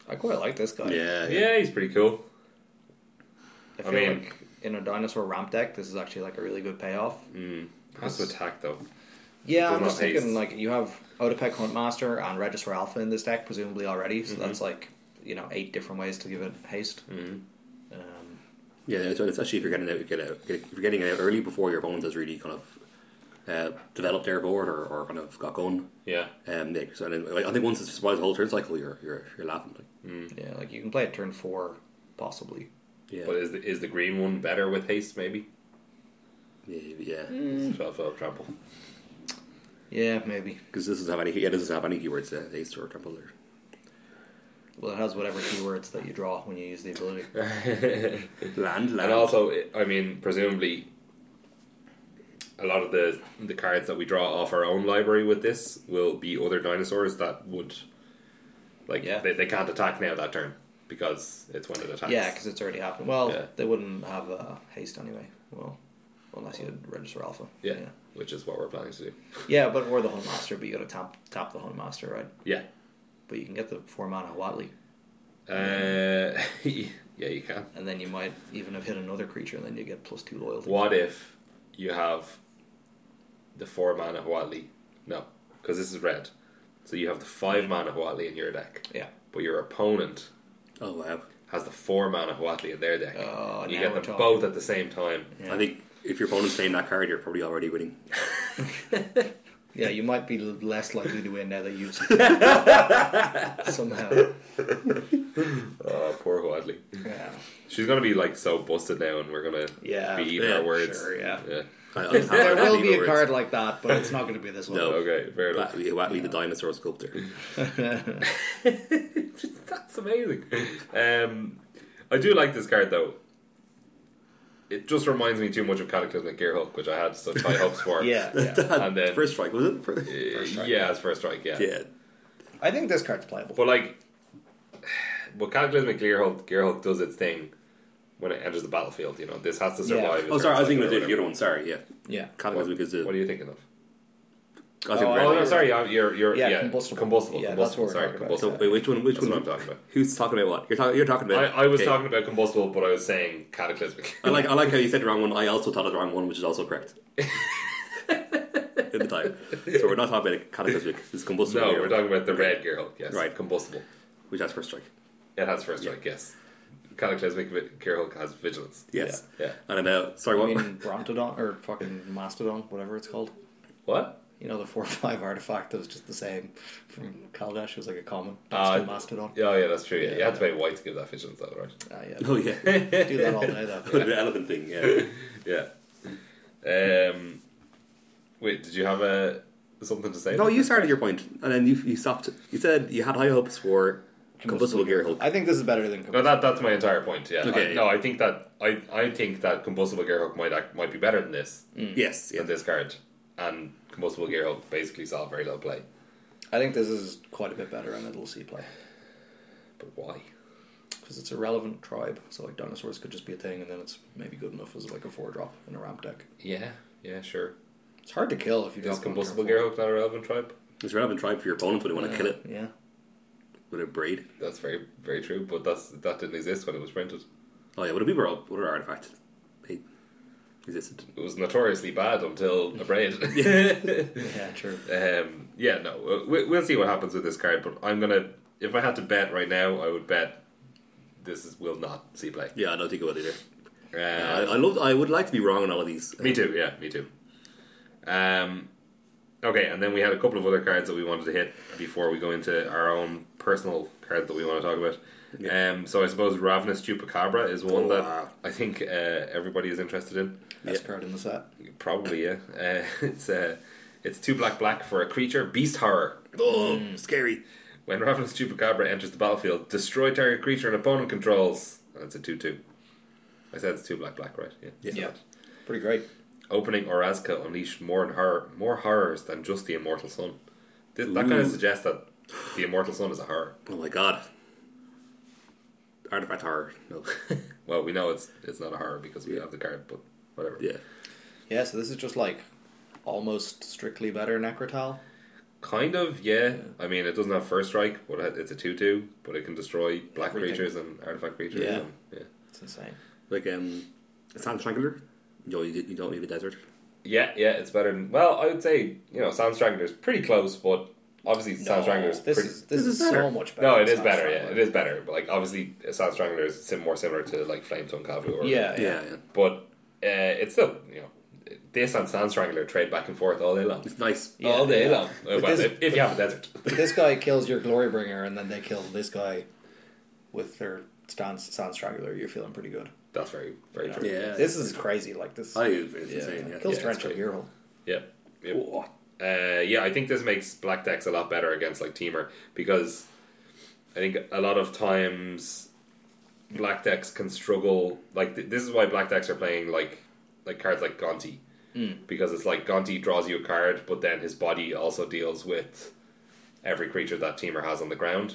I quite like this guy.
yeah, yeah.
Yeah, he's pretty cool.
I
I
feel
mean-
like in a dinosaur ramp deck, this is actually like a really good payoff.
Has to attack though.
Yeah,
Does
I'm just
not haste.
thinking like you have Odapek Huntmaster and Register Alpha in this deck presumably already,
Mm-hmm.
so that's like you know eight different ways to give it haste. Um,
it's- it's actually if you're getting out, get out. Get, if you're getting out early before your opponent has really kind of uh, developed their board or, or kind of got going.
Yeah.
Um, yeah, so then, like, I think once it's surprised the whole turn cycle, you're you're, you're laughing. Like,
Mm-hmm.
Yeah, like you can play it turn four, possibly.
yeah,
But is the, is the green one better with haste, maybe?
yeah, yeah.
It's 12 12 trample.
Yeah, maybe.
Because this doesn't have any. Yeah, this doesn't have any keywords. Uh, haste or temple. Or,
Well, it has whatever keywords that you draw when you use the ability.
land, land.
And also, i- I mean, presumably, a lot of the, the cards that we draw off our own library with this will be other dinosaurs that would. Like,
Yeah.
they, they can't attack now that turn because it's when it attacks.
Yeah, because it's already happened. Well,
Yeah.
they wouldn't have uh, haste anyway. Well, unless you had Register Alpha.
yeah.
yeah.
Which is what we're planning to do.
Yeah, but or the Huntmaster, but you gotta tap tap the Huntmaster, right?
Yeah.
But you can get the four mana Watley,
Uh, yeah, you can.
and then you might even have hit another creature, and then you get plus two loyalty.
What if you have the four mana Huatli? No, because this is red. So you have the five mana Huatli in your deck,
Yeah.
but your opponent
oh wow.
has the four mana Huatli in their deck.
Oh,
you
now
get
we're
them
talking.
both at the same time.
Yeah.
I think if your opponent's playing that card, you're probably already winning.
Yeah, you might be l- less likely to win now that you somehow.
Oh, poor Huatli.
Yeah.
She's gonna be like so busted now, and we're gonna
Yeah.
be eating
Yeah,
our words.
sure, yeah.
I, I
There will be a card like that, but it's not going to be this one.
No.
Okay, fair enough.
Watley, Watley the dinosaur sculptor.
That's amazing. Um, I do like this card though. It just reminds me too much of Cataclysmic Gear Hulk, which I had such high hopes for.
Yeah, yeah.
and then
First strike was it? First,
Uh,
first strike.
yeah, it's first strike. Yeah.
yeah.
I think this card's playable.
but like, but Cataclysmic Gearhulk, Gearhulk does its thing when it enters the battlefield. You know, this has to
Yeah.
survive. its
Oh, sorry, I was
turn cycle
thinking of
or
the other one. Sorry, yeah.
Yeah.
Cataclysmic is
whatever. What are
the.
you thinking of?
I was thinking
Oh,
red
Oh
one.
no, sorry, yeah, you're you're
Yeah,
yeah,
combustible.
combustible,
Yeah,
combustible,
that's what we're
sorry,
talking about.
combustible.
So wait, which one? Which
That's
one?
what I'm talking about.
Who's talking about what? You're, talk, you're talking about.
I, I was
okay.
talking about combustible, but I was saying cataclysmic.
I like I like how you said the wrong one. I also thought of the wrong one, which is also correct. In the time, so we're not talking about cataclysmic. It's combustible.
no,
here,
we're talking about the red Gearhulk. Yes,
Right.
combustible.
which has first strike.
It has first strike. Yes, Cataclysmic Gearhulk has vigilance.
Yes.
Yeah.
And about sorry,
I
what?
mean, Brontodon or fucking Mastodon, whatever it's called.
What?
You know, the 4 or 5 artifact that was just the same from Kaldash. It was like a common.
Uh,
Uh, Mastodon.
Yeah, yeah, that's true. Yeah,
Yeah,
you had to
yeah.
pay white to give that vigilance, though, right?
Ah, yeah.
oh yeah,
Do that all day, though.
the elephant thing. Yeah.
Yeah. Um, wait, did you have a something to say?
No, you started your point, and then you, you stopped. You said you had high hopes for combustible gear Hulk.
I think this is better than
No, that that's my entire point. Yeah.
Okay.
I, no, I think that I, I think that combustible Gearhulk might act, might be better than this
Yes, yeah.
than this card, and combustible Gearhulk basically saw very little play.
I think this is quite a bit better in Middle Sea play
But why?
because it's a relevant tribe. So like dinosaurs could just be a thing, and then it's maybe good enough as like a four drop in a ramp deck.
Yeah. Yeah. Sure.
It's hard to kill if you
Is
just
combustible Gearhulk not a relevant tribe?
It's a relevant tribe for your opponent, but they want to kill it
Yeah,
with a braid.
That's very very true. But that's that didn't exist when it was printed.
Oh yeah, what a beaver! What an artifact! They existed.
It was notoriously bad until a braid.
yeah, true.
Um, yeah, no, we, we'll see what happens with this card. But I'm gonna, if I had to bet right now, I would bet this is, will not see play.
Yeah, I don't think it would either.
Uh,
I, I love. I would like to be wrong on all of these.
me too. Yeah, me too. Um, okay, and then we had a couple of other cards that we wanted to hit before we go into our own personal cards that we want to talk about.
Yeah.
Um, so I suppose Ravenous Chupacabra is one
Oh,
that
wow.
I think uh, everybody is interested in.
Best
Yeah.
card in the set.
Probably, yeah. Uh, it's uh, it's two black black for a creature beast horror.
Oh, scary!
When Ravenous Chupacabra enters the battlefield, destroy target creature and opponent controls. Oh, That's a 2 2. I said it's 2 black, black, right? Yeah.
Yeah. Pretty great.
Opening Orazka unleashed more, and horror, more horrors than just the Immortal Sun. This, that kind of
Ooh.
suggests that the Immortal Sun is a horror.
Oh my god! Artifact horror. No.
Well, we know it's it's not a horror because we have the card, but whatever.
yeah.
Yeah, so this is just like almost strictly better Necrotal.
Kind of, yeah. I mean, it doesn't have first strike, but it- it's a 2 2, but it can destroy black
Everything.
creatures and artifact creatures.
Yeah.
and- yeah.
It's insane.
Like um, sand strangler. No, you, you don't need a desert.
Yeah, yeah, it's better than. Well, I would say you know Sand Strangler's pretty close, but obviously Sand Strangler's
this
pretty.
is this,
This
is
is better.
so much better.
no, it
than
is better. Yeah,
Sandstrangler.
it is better. But like obviously, Sand Strangler is sim- more similar to like Flame Tongue Cavu. Or,
Oh, Yeah, yeah.
Yeah, yeah.
but uh, it's still you know this and Sand Strangler trade back and forth all day long.
It's nice. Oh,
Yeah,
all day
yeah.
long. Uh,
But
well,
this-
if, if you have a desert,
this guy kills your glory bringer, and then they kill this guy with their stance sound strangler. You're feeling pretty good.
that's very very true.
Yeah.
this is crazy. Like this,
I think it's
yeah,
insane. Yeah.
kills
Yeah,
torrential
it's
hero.
Yeah. yeah.
Oh,
Uh, yeah, I think this makes black decks a lot better against like teamer because I think a lot of times black decks can struggle. Like th- this is why black decks are playing like like cards like Gonti because it's like Gonti draws you a card, but then his body also deals with every creature that teamer has on the ground.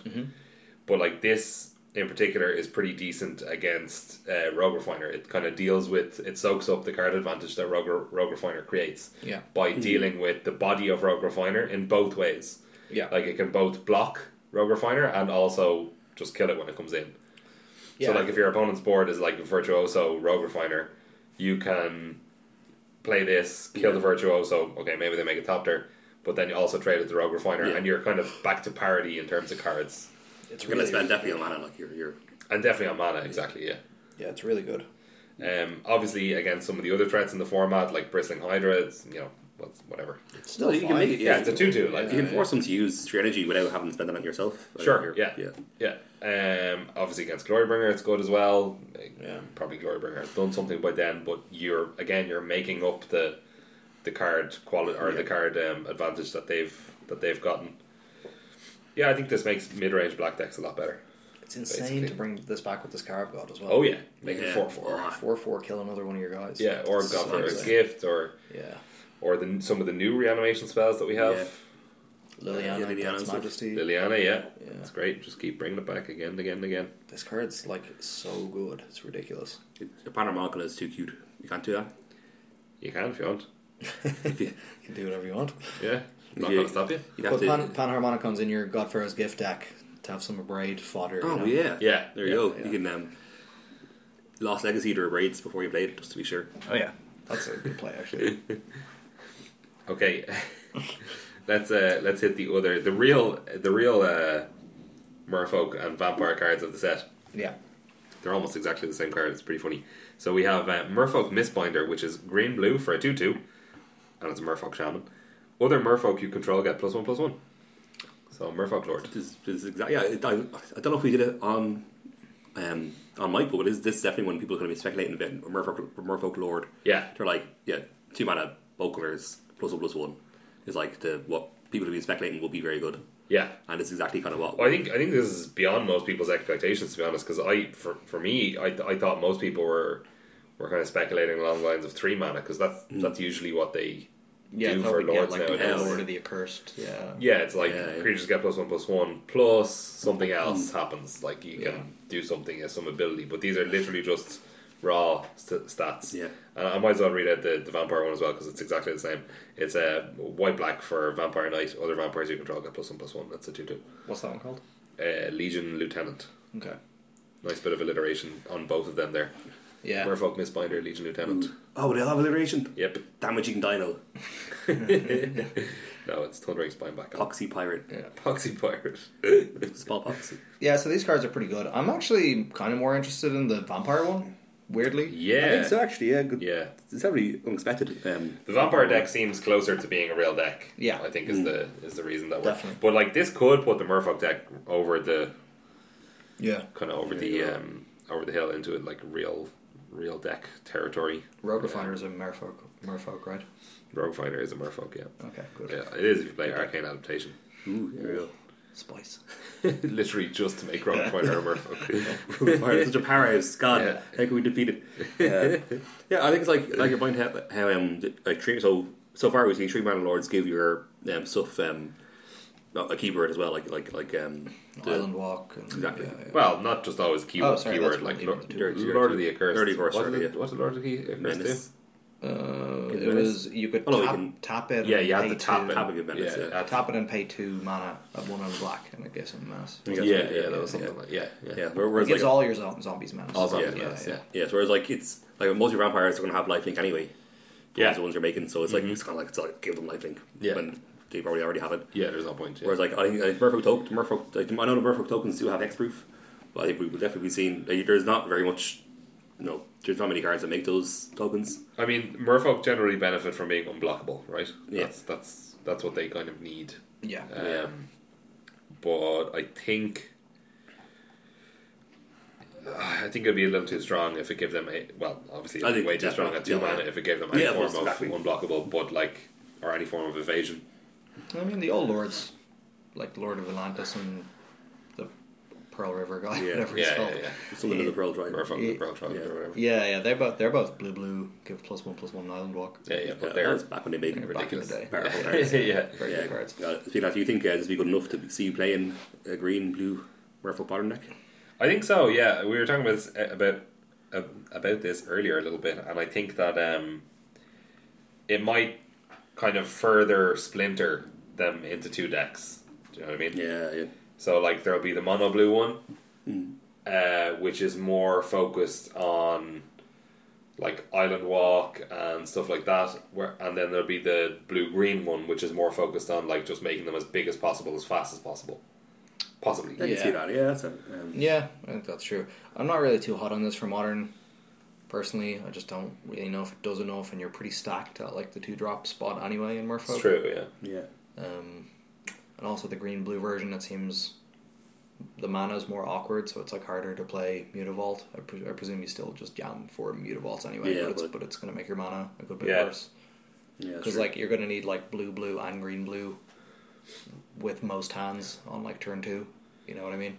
But like this in particular is pretty decent against uh, Rogue Refiner. It kind of deals with it soaks up the card advantage that Rogue, Rogue Refiner creates
Yeah.
by dealing with the body of Rogue Refiner in both ways.
Yeah,
Like it can both block Rogue Refiner and also just kill it when it comes in.
yeah.
So like if your opponent's board is like Virtuoso Rogue Refiner, you can play this, kill the Virtuoso, okay, maybe they make a top tier, but then you also trade it to Rogue Refiner
Yeah.
and you're kind of back to parity in terms of cards.
it's
you're gonna
really,
spend definitely a mana. Like you're, you're
And definitely on mana, exactly, yeah.
yeah, it's really good.
Um, obviously against some of the other threats in the format, like Bristling Hydra, it's you know, what's whatever.
It's still
you can
fine.
make it-
Yeah, it's a two two, like
you can force them to use your energy without having to spend it on yourself. Like,
Sure.
you're-
Yeah.
yeah.
Yeah. Um, obviously against Glorybringer, it's good as well.
Yeah.
Probably Glorybringer has done something by then, but you're again you're making up the the card quality or the
Yeah.
card um, advantage that they've that they've gotten. Yeah, I think this makes mid range black decks a lot better.
It's insane
basically.
to bring this back with this Scarab God as well.
Oh yeah, make it
Yeah.
four four.
Oh,
four four kill another one of your guys.
Yeah, or
It's
go for a
insane.
gift or
Yeah,
or the some of the new reanimation spells that we have.
Yeah.
Liliana,
Yeah, Liliana
God's
and stuff.
Majesty.
Liliana, yeah,
Yeah.
it's great. Just keep bringing it back again and again and again.
This card's like so good. It's ridiculous.
It- The Panoramical is too cute. You can't do that.
You can if you want.
If you,
You can do whatever you want.
Yeah, I'm not
Yeah.
gonna stop you.
you'd have
Put
to.
pan, Panharmonicon's in your Godfarer's gift deck to have some braid fodder. you
oh
know?
yeah.
Yeah.
There you
Yeah,
go.
yeah.
You can um, Lost Legacy to raids before you played it, just to be sure.
Oh yeah, that's a good play actually.
Okay, let's uh, let's hit the other the real the real uh, merfolk and vampire cards of the set.
yeah,
They're almost exactly the same card. It's pretty funny. So we have uh, Murfolk Mistbinder, which is green blue for a 2 2, and it's a Murfolk Shaman. Other Murfolk you control get plus 1 plus 1. So Murfolk Lord.
This, this is exactly. Yeah, it, I, I don't know if we did it on um, on Michael, but this, this is definitely when people are going to be speculating about Murfolk, Murfolk Lord.
Yeah.
They're like, yeah, two mana Boklers plus one plus one is like the what people have been speculating will be very good,
Yeah.
and it's exactly kind of what.
Well, I think I think this is beyond most people's expectations, to be honest. Because I, for, for me, I, I thought most people were were kind of speculating along the lines of three mana because that's that's usually what they
Yeah,
do
I thought
for
we'd get
lords
like the
nowadays.
Hell.
Lord of the Accursed. Yeah. Mm.
Yeah, it's like
Yeah, yeah.
creatures get plus one plus one plus something else happens. Like you can
Yeah.
do something as some ability, but these are literally just raw st- stats.
Yeah.
and I might as well read out the, the vampire one as well because it's exactly the same. It's a uh, white black for vampire knight. Other vampires you control get plus one plus one. That's a two two.
What's that one called?
Uh, Legion lieutenant.
Okay.
Nice bit of alliteration on both of them there.
Yeah.
Merfolk, Miss Binder, Legion Lieutenant.
Oh, they'll have alliteration.
Yep.
Damaging Dino,
No, it's Thundering Spine back on.
Poxy Pirate,
Yeah.
Poxy Pirate.
Smallpox.
Yeah, so these cards are pretty good. I'm actually kind of more interested in the vampire one, weirdly.
Yeah.
I think so. Actually, yeah, good.
Yeah.
It's definitely unexpected. Um,
The vampire deck seems closer to being a real deck.
Yeah.
I think is the
Mm.
is the reason that we're
Definitely.
but like this could put the Murfolk deck over the
Yeah.
kinda over
Yeah,
the
you're
um over the hill into like real real deck territory.
Rogue Refiner is a merfolk, merfolk, right?
Rogue Finder is a Murfolk, yeah.
Oh.
Okay, good.
Yeah, it is if you play Arcane Adaptation.
ooh, there we go.
Spice.
Literally just to make Rogue Finder a Murfolk.
Pirate, such a powerhouse. God,
Yeah.
how can we defeat it? Uh, yeah, I think it's like like your point how, how um th- like three, so so far we see three mana lords give your um stuff um a keyword as well like like like um the-
Island Walk. And,
Exactly.
yeah, yeah.
Well, not just always keyword,
Oh, sorry,
keyword
that's
like
what
Lord,
they
do.
Lord of the Accursed.
Dirty Forest,
What did
yeah.
it- what did Lord of the Accursed
menace.
Uh, it
Venice?
was you could
Oh, no, we
tap,
can-
tap it.
do? Yeah,
and
you
pay
had to tap
two-
it.
Tap it with Menace,
yeah,
yeah.
yeah,
Tap it and pay two mana of one and black, and it gives him mass. It
yeah,
Yeah,
yeah,
yeah,
that was
yeah.
something like yeah, yeah.
yeah where- whereas
gives
like
all your zo- zombies mana.
All zombies
Yeah,
menace, yeah.
yeah so whereas like it's like most of your vampires are gonna have lifelink anyway
Yeah.
yeah the ones you're making so it's like it's kind of like it's like give them lifelink
Yeah.
when they probably already have it
yeah, there's no point. Yeah.
Whereas, like, I think, I think Murfolk, to- Murfolk, like, I know the Murfolk tokens do have hexproof, but I think we've definitely seen like, there's not very much, you know, there's not many cards that make those tokens.
I mean, Murfolk generally benefit from being unblockable, right?
Yeah.
That's that's that's what they kind of need.
Yeah.
Um,
Yeah.
But I think uh, I think it'd be a little too strong if it gave them a well, obviously
I
it'd be
think
way too strong at
definitely,
two
yeah.
mana if it gave them any
Yeah, of
form
course,
of
exactly.
unblockable, but like or any form of evasion.
I mean, the old lords, like Lord of Atlantis and the Pearl River guy,
Yeah.
whatever he's
Yeah,
called.
yeah, yeah.
Something in the Pearl Drive.
Or from
Yeah.
the Pearl Tribe
Yeah.
or whatever.
Yeah, yeah, they're both they're both blue blue. Give plus one plus one island walk.
Yeah, yeah,
Yeah,
but
that
they're
was back when they made
They're
back in the
ridiculous.
day.
Yeah.
Powerful cards.
yeah.
Very
Yeah.
good cards.
Uh, Speaking of, do you think uh, this would be good enough to see you playing a green, blue Murfolk bottom deck?
I think so. Yeah, we were talking about this, about uh, about this earlier a little bit, and I think that um, it might kind of further splinter them into two decks. Do you know what I mean?
Yeah, yeah.
So like there'll be the mono blue one,
Hmm.
uh, which is more focused on like island walk and stuff like that. Where and then there'll be the blue green one, which is more focused on like just making them as big as possible, as fast as possible, possibly.
I can
Yeah.
see that. Yeah, that's a, um,
Yeah, I think that's true. I'm not really too hot on this for modern. Personally, I just don't really know if it does enough, and you're pretty stacked at like the two drop spot anyway in Murphy.
It's true. Yeah.
yeah.
Um, and also the green blue version, it seems the mana is more awkward, so it's like harder to play Mutavault. I, pre- I presume you still just jam for Mutavaults anyway,
Yeah,
but, it's,
but-
but it's going to make your mana a good bit
Yeah.
worse.
Yeah,
Because
sure.
like you're going to need like blue blue and green blue with most hands on like turn two. You know what I mean?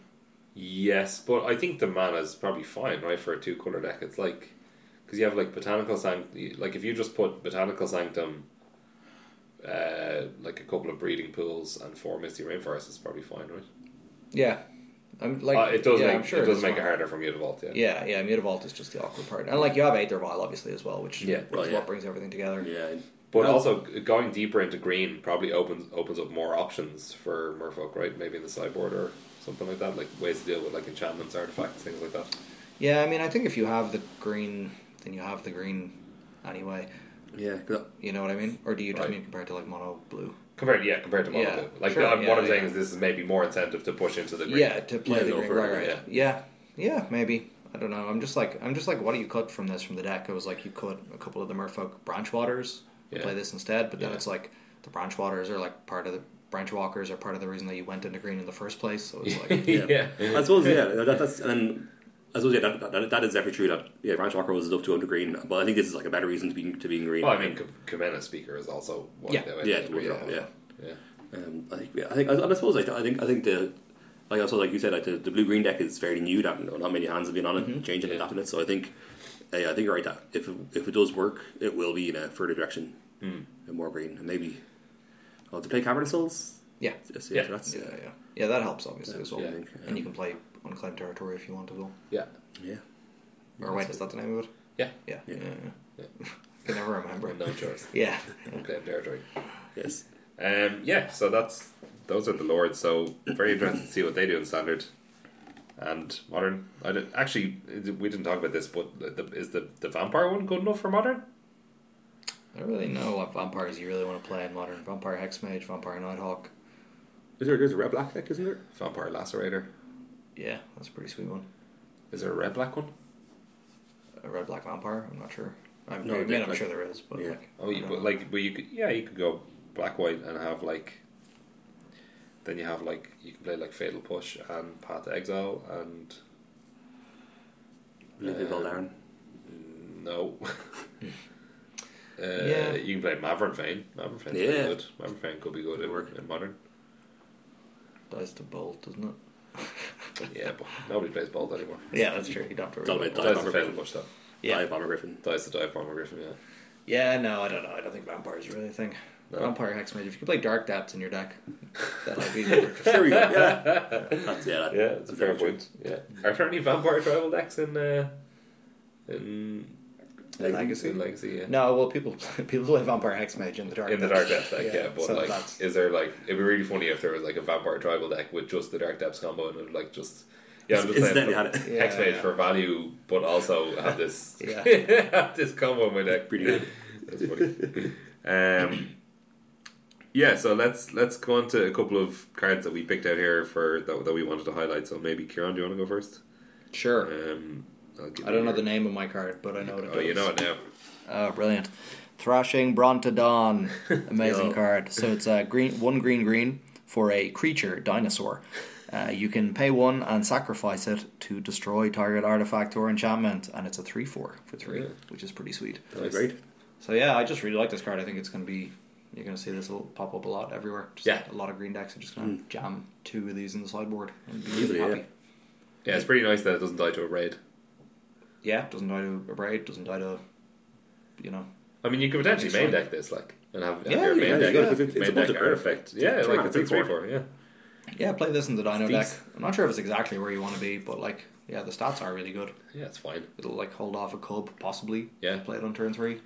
Yes, but I think the mana is probably fine, right, for a two color deck. It's like because you have like botanical sanctum. Like if you just put botanical sanctum, uh, like a couple of breeding pools and four misty rainforests, it's probably fine, right?
Yeah, I'm like
Uh, it does
yeah,
make
I'm sure
it does
is
make it
fine.
harder for me to vault. Yeah.
Yeah, yeah, Mutavault is just the awkward part, and like you have Aether Vial obviously as well, which
Yeah,
is
well, yeah.
what brings everything together.
yeah.
But
No.
also g- going deeper into green probably opens opens up more options for Murfolk, right? Maybe in the sideboard or something like that, like ways to deal with like enchantments, artifacts, things like that.
Yeah, I mean, I think if you have the green, then you have the green anyway.
Yeah, 'cause-
You know what I mean? Or do you just
Right.
mean compared to like mono blue?
Compared, yeah, compared to mono
Yeah,
blue. Like
sure,
uh,
yeah,
what I'm
yeah.
saying is this is maybe more incentive to push into the green.
Yeah, to play
Yeah,
the
go
green.
for it,
Right, right. Yeah. yeah, maybe. I don't know. I'm just like I'm just like, what do you cut from this from the deck? It was like you cut a couple of the Merfolk branch waters,
Yeah.
play this instead. But then
Yeah.
it's like the branch waters are like part of the branch walkers are part of the reason that you went into green in the first place. So it's like
Yeah.
I suppose yeah. That, that's and I suppose yeah. That, that, that is definitely true. That yeah, Branch Walker was up to under green, but I think this is like a better reason to be to be in green.
Well, Oh, I mean, Kamena Speaker is also one
Yeah.
that I
yeah,
think
to work
we-
it up, yeah.
yeah.
Um, I think yeah, I think I, I suppose like I think I think the like also like you said like the, the blue green deck is fairly new. That not many hands have been on it, changing
Yeah.
and adapting it. So I think uh, yeah, I think you're right. That if it, if it does work, it will be in a further direction, and more green, and maybe oh to play Cavern of Souls.
yeah,
Yes, yeah,
Yeah.
that's
yeah, yeah, yeah. That helps obviously as well.
yeah.
And you can play unclaimed territory if you want as well.
Yeah.
yeah.
Or wait, is that the name of it?
Yeah.
Yeah, yeah.
Yeah.
yeah. I can never remember.
No choice.
Yeah,
Claim territory.
Yes.
Um, yeah, so that's those are the lords. So very interesting to see what they do in standard and modern. I didn't, actually we didn't talk about this, but the, is the the vampire one good enough for modern?
I don't really know what vampires you really want to play in modern. Vampire Hexmage, Vampire Nighthawk.
Is there, there's a red black deck, isn't there?
Vampire lacerator.
Yeah, that's a pretty sweet one.
Is there a red black one?
a red black vampire. I'm not sure. I'm,
No,
I
yeah,
mean, I'm
like-
sure there is, but
yeah.
like,
Oh,
I
you,
don't
but
know.
like, but you could yeah, you could go black white and have like. Then you have like you can play like Fatal Push and Path to Exile and
Leave it all down.
no. uh,
Hmm. Yeah.
You can play Maverick Vane. Maverick Vane
Yeah.
good. Maverick Vane could be good
Could
in,
work.
in modern.
dies to bolt, doesn't it?
Yeah, but nobody plays Bolt anymore.
Yeah, that's true. You don't have to
It's all
worry
about
about
dive
Dies
bomber
the Fatal
griffin.
Push though.
Yeah.
Dive bomber griffin.
Dies the Dive Bomber Griffin. Yeah.
that. Yeah, no, I don't know. I don't think vampire is really a thing.
No.
Vampire hexmage. If you can play dark depths in your deck, that'll be the
There we go. Yeah. That's, yeah, that,
Yeah, it's a fair point. Yeah. Are there any Vampire Tribal decks in uh, in
legacy.
in Legacy? Yeah.
No, well, people people play vampire hexmage in the dark.
in the
depths.
Dark Depths deck, yeah. but
so
like,
that's-
is there like it'd be really funny if there was like a Vampire Tribal deck with just the Dark Depths combo and it would like just yeah, I'm just saying
Incidentally
for,
had it.
Yeah,
Hex Mage
yeah.
for value, but also have this
Yeah.
have this combo in my deck.
Pretty good.
That's funny. Um, yeah, so let's let's go on to a couple of cards that we picked out here for that, that we wanted to highlight. So maybe Kieran, do you want to go first?
sure.
Um, I'll give
I don't
you
know
your-
the name of my card, but I know what it
Oh, you
does.
know it now.
Oh, brilliant. Thrashing Brontodon. Amazing
Yo.
card. So it's a green, one green green for a creature, dinosaur. Uh, you can pay one and sacrifice it to destroy target artifact or enchantment, and it's a 3 4 for 3,
Yeah.
which is pretty sweet.
That was great.
So yeah, I just really like this card. I think it's going to be, you're going to see this will pop up a lot everywhere. Just
Yeah.
A lot of green decks are just going to jam two of these in the sideboard and be
Easily, Hmm. yeah.
happy.
Yeah, it's pretty nice that it doesn't die to a raid.
Yeah, doesn't die to a braid, doesn't die to, you know,
I mean, you could potentially
It's fine.
main deck this, like, and have, have
Yeah,
your main
yeah,
deck,
yeah, 'cause
it's- it's
main
a bunch
deck
of cards.
artifact.
It's
Yeah,
a
like
turn,
it's a
it's a
three
four.
four. Yeah,
Yeah, play this in the Dino deck.
Thieves.
I'm not sure if it's exactly where you want to be, but like, yeah, the stats are really good.
yeah, it's fine.
It'll like hold off a cub, possibly.
Yeah.
Play it on turn three.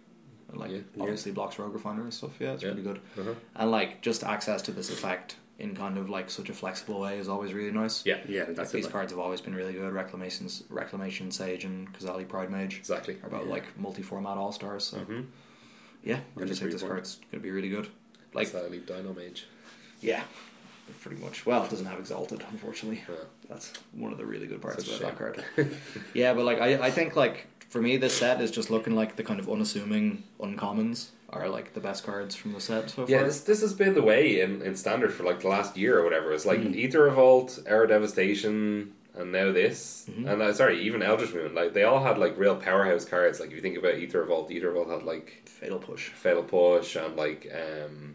And like,
Yeah.
obviously blocks Rogue Refiner and stuff. Yeah, it's
Yeah.
pretty good.
Uh-huh.
And like, just access to this effect in kind of like such a flexible way is always really nice.
Yeah,
Yeah,
Like,
that's it.
these
like-
cards have always been really good. Reclamation's Reclamation Sage and Kazali Pride Mage
exactly.
are about
Yeah. Mm-hmm.
like multi-format all stars. So yeah, I
be
just think
pretty
this
fun.
card's gonna be really good.
Like
Like,
Slightly Dino Mage.
yeah, pretty much. Well, it doesn't have Exalted, unfortunately.
Yeah.
That's one of the really good parts
Such a
about that card. yeah, but like I, I think like for me this set is just looking like the kind of unassuming uncommons are like the best cards from the set so
Yeah,
far.
this, this has been the way in, in standard for like the last year or whatever. It's
Mm-hmm.
like Ether Revolt, Air Devastation, and now this.
Mm-hmm.
And uh, sorry, even Eldritch Moon. Like they all had like real powerhouse cards. Like if you think about Ether Revolt, Ether Revolt had like
Fatal push.
Fatal Push and like um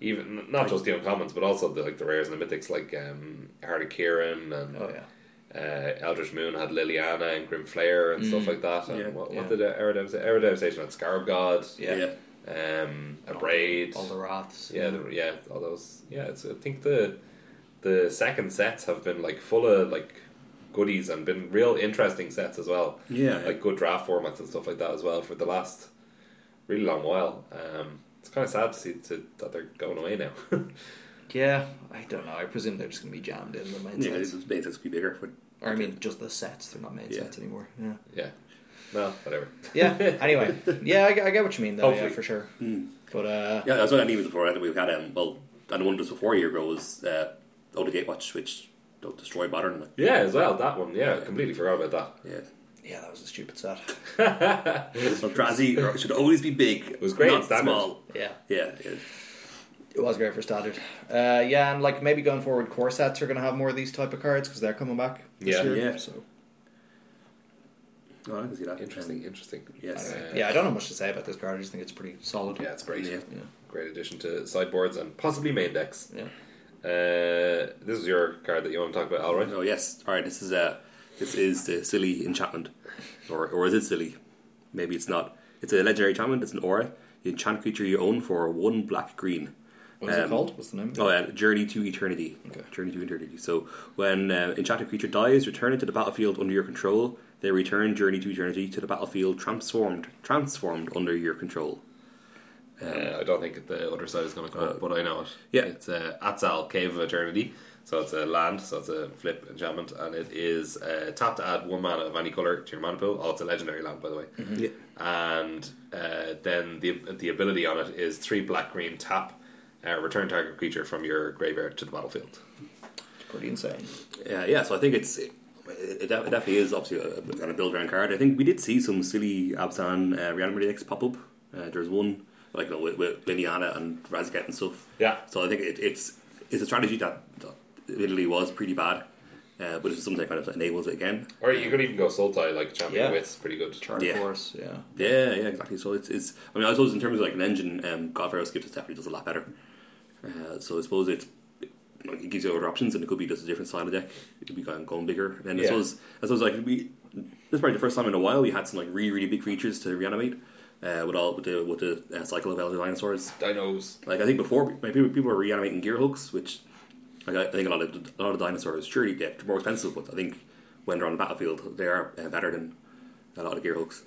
even not just the uncommons, but also the like the rares and the mythics like um Heart of Kieran and
Oh yeah. Mm.
uh, Eldritch Moon had Liliana and Grim Flare and stuff like that. And
Yeah.
what,
Yeah.
what did Aerodevastation Station had Scarab God,
Yeah.
yeah.
um, a braid.
All the wraths.
yeah, the, yeah, all those. Yeah, it's, I think the the second sets have been like full of like goodies and been real interesting sets as well.
Yeah, yeah.
like good draft formats and stuff like that as well for the last really long while. Um, it's kind of sad to see to, that they're going away now.
Yeah, I don't know. I presume they're just gonna be jammed in the main
Yeah,
sets.
this made sense to be bigger. But
Or I mean just the sets, they're not main
Yeah.
sets anymore. Yeah.
yeah, no, whatever.
Yeah. anyway. Yeah, I, I get what you mean though, yeah,
Hopefully. Hmm.
for sure. But uh
yeah, that's what I knew was before. I think we've had um, well, and one just before a year ago was uh, Older Gatewatch, which don't destroy modern. Like,
Yeah, as well that one. Yeah, I completely forgot about
yeah,
Yeah, that was a stupid set.
that.
so Drazi should always be big. It
was great
not
at Standard.
small.
Yeah,
Yeah, yeah.
it was great for standard. Uh, yeah, and like maybe going forward, core sets are going to have more of these type of cards because they're coming back. This
Yeah.
year,
Yeah.
So
No, Oh, I can see that.
interesting, interesting.
Yes.
Uh,
yeah, I don't know much to say about this card. I just think it's pretty solid.
yeah, it's great.
Yeah.
Yeah.
Great addition to sideboards and possibly main decks.
Yeah.
Uh, this is your card that you want to talk about, Alroy.
Oh yes. All right. This is uh, this is the silly enchantment, or or is it silly? Maybe it's not. It's a legendary enchantment. It's an aura. You enchant creature you own for one black green.
What is it
Um,
called? What's the name?
Oh yeah, Journey to Eternity.
Okay.
Journey to Eternity. So when uh, enchanted creature dies, return it to the battlefield under your control. They return Journey to Eternity to the battlefield transformed, transformed under your control.
Uh, I don't think the other side is going to come up, but I know it.
yeah.
It's uh, Atzal, Cave of Eternity. So it's a land, so it's a flip enchantment, and it is uh, tap to add one mana of any colour to your mana pool. Oh, it's a legendary land, by the way.
Yeah.
And uh, then the the ability on it is three black green tap, uh, return target creature from your graveyard to the battlefield.
Pretty insane.
Yeah, yeah. So I think it's it, it def- it definitely is obviously a, a kind of build around card. I think we did see some silly Abzan uh, reanimate decks pop up. Uh, there's one like you know, with, with Liniana and Razgat and stuff.
Yeah.
So I think it, it's it's a strategy that, that Italy was pretty bad, uh, but it's something that kind of enables it again.
Or you could even go Sultai, like Champion
Yeah.
Wits, pretty good.
Card
Yeah.
force. Yeah.
Yeah, yeah, exactly. So it's, it's I mean, I suppose in terms of like an engine, um, Godfrey Skips definitely does a lot better. Uh, so I suppose it's like, it gives you other options, and it could be just a different side of the deck. It could be going, going bigger. And then I
Yeah.
suppose I suppose like we this is probably the first time in a while we had some like really really big creatures to reanimate uh, with all with the with the uh, cycle of elder dinosaurs.
Dinos.
Like I think before, like, people people were reanimating gear hooks, which like I I think a lot of a lot of dinosaurs surely get more expensive, but I think when they're on the battlefield, they are uh, better than a lot of gear hooks.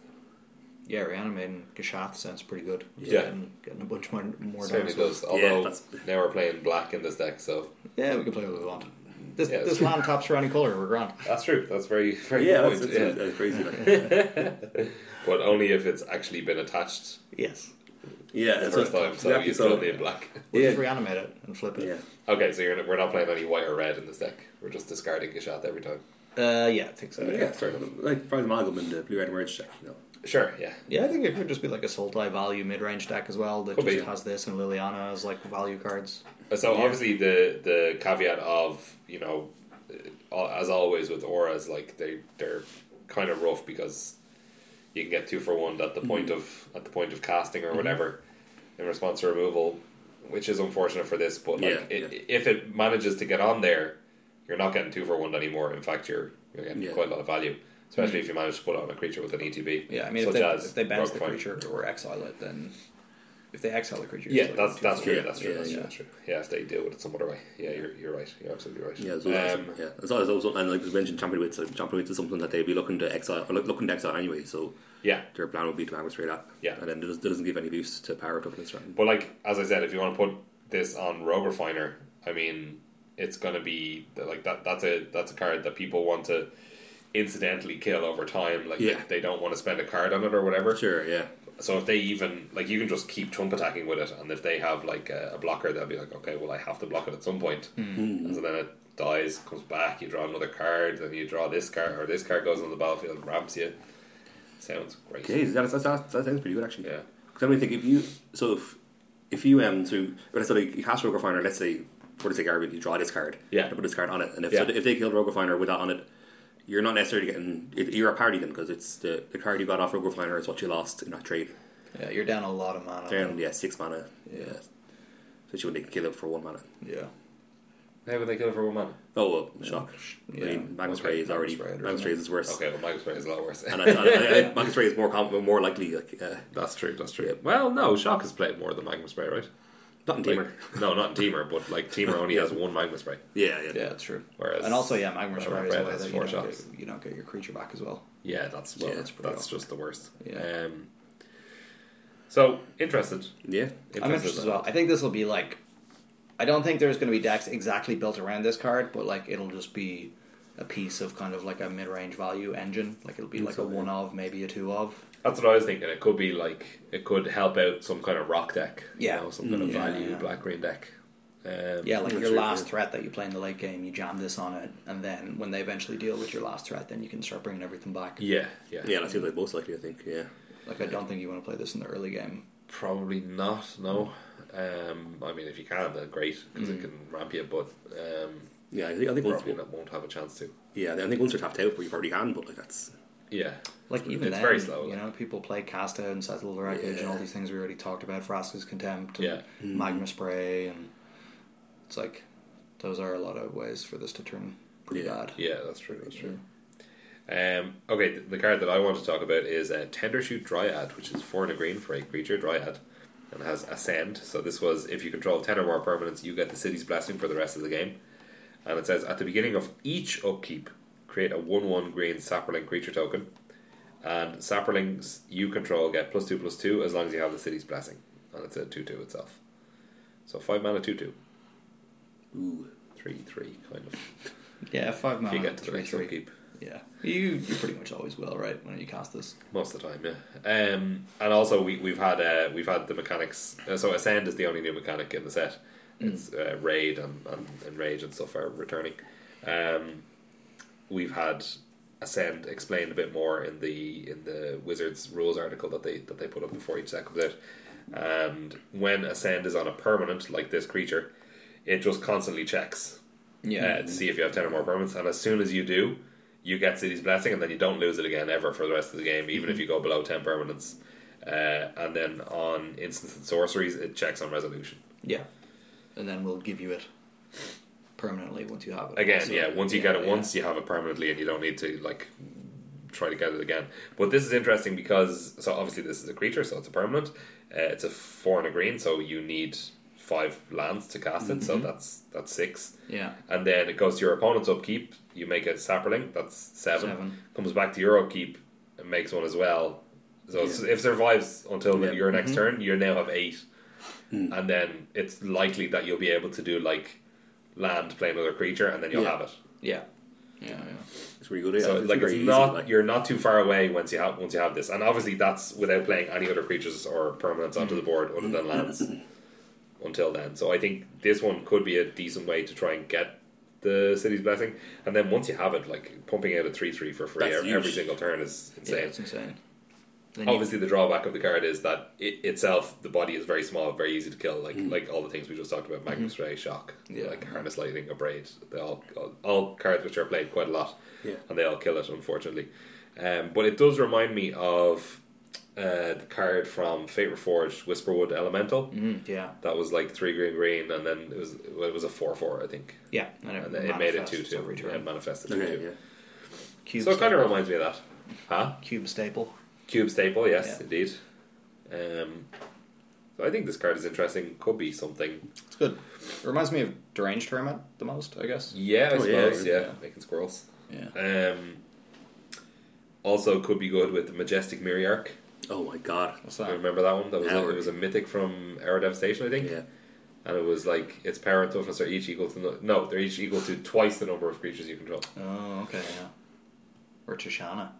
Yeah, reanimating Gashath sounds pretty good.
Yeah.
Getting, getting a bunch more more
Certainly
dinosaurs.
does. Although
that's-
now we're playing black in this deck, so
Yeah, we can play what we want. This
Yeah,
this
it's-
land taps for any color. We're grand.
that's true. That's very very
Yeah,
good
that's,
point.
that's,
yeah.
that's crazy. Like,
but only if it's actually been attached
Yes.
yeah,
the
that's
first
what-
time. So
exactly,
you still need black.
We'll
Yeah.
just reanimate it and flip it.
yeah,
Okay, so you're, we're not playing any white or red in this deck. We're just discarding Gishat every time.
Uh, yeah, I think so.
yeah,
Yeah.
sorry, like probably amalgam and the blue red merge check. You know,
Sure, yeah.
Yeah, I think it could just be like a Sultai value mid range deck as well that
Could
just
be.
has this and Liliana as like value cards.
So
Yeah.
obviously the the caveat of you know, uh, as always with auras, like they they're kind of rough because you can get two for one at the
Mm-hmm.
point of at the point of casting or whatever in response to removal, which is unfortunate for this. But like
Yeah,
it, if it manages to get on there, you're not getting two for one anymore. In fact, you're you're getting
Yeah.
quite a lot of value. Especially if you manage to put on a creature with an ETB,
Mm-hmm. Yeah, I mean,
such
if, they,
as
if they bounce the
Rogue Fire.
creature or exile it, then if they exile the creature,
Yeah,
it's like
that's
two
that's
for
true.
Yeah,
that's true.
yeah,
that's true.
yeah.
That's true. Yeah, if they deal with it some other way. Yeah, you're, you're right. You're absolutely right.
yeah, so
um,
yeah. As well as also, and like we mentioned, champion wits, like, champion wits is something that they'd be looking to exile, or look, looking to exile anyway. So
yeah.
their plan would be to hammer straight up.
Yeah.
and then it doesn't, it doesn't give any boost to power toughness. Right?
But like as I said, if you want to put this on Rogue Refiner, I mean, it's gonna be like that. That's a that's a card that people want to incidentally kill over time. Like
Yeah.
they, they don't want to spend a card on it or whatever.
Sure, yeah,
So if they even like, you can just keep trump attacking with it, and if they have like a, a blocker, they'll be like, okay, well, I have to block it at some point,
Hmm.
and so then it dies, comes back, you draw another card, then you draw this card, or this card goes on the battlefield, ramps you. Sounds great.
yeah, that's, that's, that's, that sounds pretty good actually.
Yeah.
because I mean, think if you so if if you um so let's say like, you cast Rogue Refiner, let's say for the sake of argument, you draw this card,
Yeah.
to put this card on it, and if
Yeah.
so if they kill Rogue Refiner with that on it, you're not necessarily getting it, you're a party then because it's the, the card you got off Rogue Refiner is what you lost in that trade.
Yeah, you're down a lot of mana.
Down yeah six mana, yeah, especially when they can kill it for one mana.
Yeah.
How would they kill it for one mana?
Oh well, shock. I
Yeah.
mean, Magnus
Okay,
Ray is
Magnus
already
Ray, there's
Magnus Ray is worse.
Okay, well, Magus Ray is a lot worse.
And I, I, I, I, Magnus Ray is more com- more likely like uh,
that's true. That's true. Well, no, Shock has played more than Magnus Ray, right?
not in
Like-
Teamer.
no, not in Teamer, but like Teamer only has one Magnus Ray.
Yeah, yeah,
Yeah, that's true.
Whereas-
and also, yeah,
Magmar's
Magmar's Fire is a
Fire
way
has
that you
four
don't,
shots.
get, you don't get your creature back as well.
Yeah, that's well,
Yeah,
that's,
that's pretty awful.
just the worst.
Yeah.
Um, so interested.
yeah.
I'm interested as well. I think this will be like, I don't think there's going to be decks exactly built around this card, but like it'll just be a piece of kind of like a mid-range value engine. Like it'll be like a
so, yeah.
one of, maybe a two of.
That's what I was thinking. It could be like it could help out some kind of rock deck,
Yeah. Mm,
you know, some kind of
Yeah,
value
yeah.
black green deck. Um,
Yeah, like
Which
your
we
last
did.
threat that you play in the late game, you jam this on it, and then when they eventually deal with your last threat, then you can start bringing everything back.
yeah, yeah,
Yeah, that seems like most likely. I think. Yeah.
Like I don't think you want to play this in the early game.
Probably not. No. Um, I mean, if you can, then great because
Mm.
it can ramp you, but um,
Yeah, I think I think once,
probably not, won't have a chance to.
yeah, I think once you're tapped out, you probably can. But like that's
Yeah,
Like even
it's
then,
very slow.
you
like.
know, people play cast out and settle the wreckage and all these things we already talked about, Frasca's contempt, and
Yeah.
magma spray, and it's like those are a lot of ways for this to turn pretty
Yeah.
bad.
Yeah, that's true. That's true. Um, okay, the, the card that I want to talk about is uh, Tender Shoot Dryad, which is four and a green for a creature Dryad, and has Ascend. So this was if you control ten or more permanents, you get the city's blessing for the rest of the game. And it says at the beginning of each upkeep, create a one-one green Sapperling creature token, and Sapperlings you control get plus two plus two as long as you have the city's blessing, and it's a two-two itself. So five mana two-two.
ooh,
Three three kind of.
Yeah, five mana.
if you get to the
three,
next
three.
upkeep.
Yeah, you you pretty much always will, right? When you cast this,
Most of the time, yeah. Um, and also we we've had uh, we've had the mechanics. Uh, so ascend is the only new mechanic in the set. It's uh, raid and, and and rage and stuff are returning. Um, we've had ascend explained a bit more in the in the wizards rules article that they that they put up before each set comes out. And when ascend is on a permanent like this creature, it just constantly checks uh,
Mm-hmm.
to see if you have 10 or more permanents. And as soon as you do, you get City's Blessing, and then you don't lose it again ever for the rest of the game, even if you go below 10 permanents. Uh, and then on instants and sorceries, it checks on resolution.
yeah, and then we'll give you it permanently once you have it.
Again,
So-
yeah, once you
yeah,
get it
yeah.
once, you have it permanently, and you don't need to, like, try to get it again. But this is interesting because, so obviously, this is a creature, so it's a permanent. Uh, it's a four and a green, so you need five lands to cast it, so that's that's six.
yeah,
and then it goes to your opponent's upkeep. You make a sapperling, that's seven.
Seven.
Comes back to your upkeep and makes one as well. So it's- if it survives until
Yeah. Mm.
your next turn, you now have eight, and then it's likely that you'll be able to do like land, play another creature, and then you'll
Yeah.
have it.
yeah, yeah, yeah.
it's really good. Yeah,
So
it's
like
very
it's
easy,
not
like-
you're not too far away once you have once you have this, and obviously that's without playing any other creatures or permanents onto the board other than lands.
Mm.
Until then, so I think this one could be a decent way to try and get the city's blessing, and then once you have it, like pumping out a three three for free
That's
every,
huge.
every single turn is
Yeah,
insane.
it's insane. Then you-
obviously, the drawback of the card is that it itself the body is very small, very easy to kill. Like like all the things we just talked about, Magnus Ray, Shock,
Mm. Mm-hmm. Yeah.
like Harness Lightning, Abrade, they all, all all cards which are played quite a lot
Yeah.
and they all kill it, unfortunately. Um, but it does remind me of uh, the card from Fate Reforged, Whisperwood Elemental.
Mm, yeah,
That was like three green green, and then it was well, it was a four four, I think,
yeah, and it,
and then it made it
manifests
two two.
every
Yeah, it
turn.
manifested two
Okay,
two.
yeah.
Cube
So it kind of
staple.
reminds me of that, huh?
cube staple.
Cube staple, yes,
Yeah.
indeed. Um, so I think this card is interesting. Could be something.
It's good. It reminds me of deranged hermit the most, I guess.
Yeah, I
Oh, yeah,
suppose.
yeah.
yeah, making squirrels.
Yeah,
Um, also, could be good with the majestic Miriarch.
Oh my god.
what's
I
that?
remember that one. That was
Howard.
it was a mythic from Era Devastation, I think.
Yeah.
And it was like its power and toughness are each equal to no, no, they're each equal to twice the number of creatures you control.
Oh, okay, yeah. Or Tashana.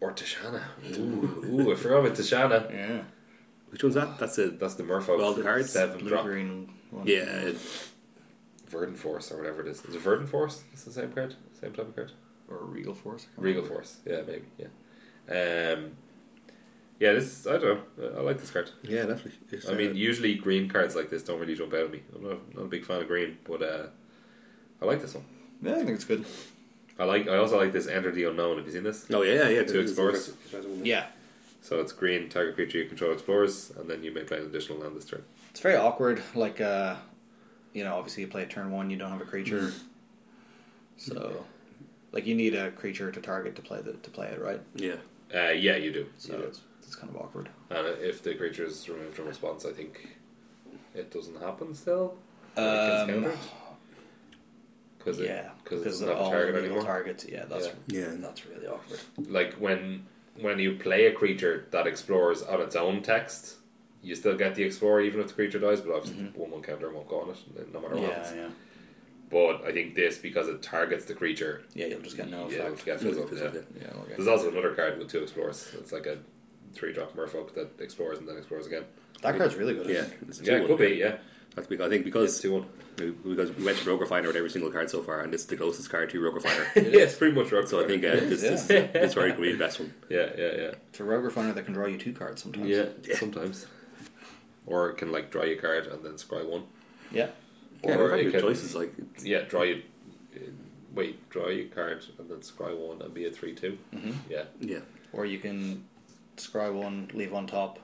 Or Tashana. Ooh, ooh, I forgot about Tashana.
Yeah,
Which one's that? That's a
That's the Murpho
Well, the cards,
seven
blue
drop
green. One.
yeah. it-
Verdant Force or whatever it is. Is it Verdant Force? It's the same card, same type of card.
or regal force. I can't
Regal
remember.
Force, yeah, maybe, yeah. Um, yeah, this I don't know. I like this card.
Yeah, definitely. It's,
I mean,
uh,
usually green cards like this don't really jump out at me. I'm not, not a big fan of green, but uh, I like this one.
Yeah, I think it's good.
I like. I also like this Enter the Unknown. Have you seen this?
oh yeah, yeah.
Two explorers.
Yeah,
So it's green, target creature you control explores, and then you may play an additional land this turn.
it's very awkward. Like, uh, you know, obviously you play turn one, you don't have a creature, so like you need a creature to target to play the to play it, right?
Yeah.
Uh, yeah, you do.
So
You do.
it's it's kind of awkward.
And if the creature is removed from response, I think it doesn't happen still.
Um,
Because
yeah,
because it's
of
not a
all
target
regal
anymore.
targets. Yeah, that's
Yeah. Yeah.
that's really awkward.
like when when you play a creature that explores on its own text, you still get the explorer even if the creature dies. But obviously, one one counter won't go on it, no matter what. happens.
Yeah, yeah,
But I think this because it targets the creature.
yeah. You'll just get no
yeah,
effect.
gets rid of it, yeah.
Yeah, okay.
There's also another card with two explorers. It's like a three drop merfolk that explores and then explores again.
that card's really good. I
Yeah.
think.
It's
yeah, it could
two-one.
be, yeah.
That's because I think because
Two one.
because we went to Rogue Refiner with every single card so far, and it's the closest card to Rogue Refiner.
Yeah, it's pretty much rock.
so I think uh,
It is,
this, this this card could be the best one.
Yeah, yeah,
To Rogue Refiner that can draw you two cards
yeah.
sometimes.
Yeah, sometimes. Or it can like draw your card and then scry one.
Yeah.
Yeah,
or
very
it
good
can,
choices. Like
Yeah, draw your uh, wait, draw your card and then scry one and be a three two. Yeah.
yeah,
Or you can scry one, leave on top,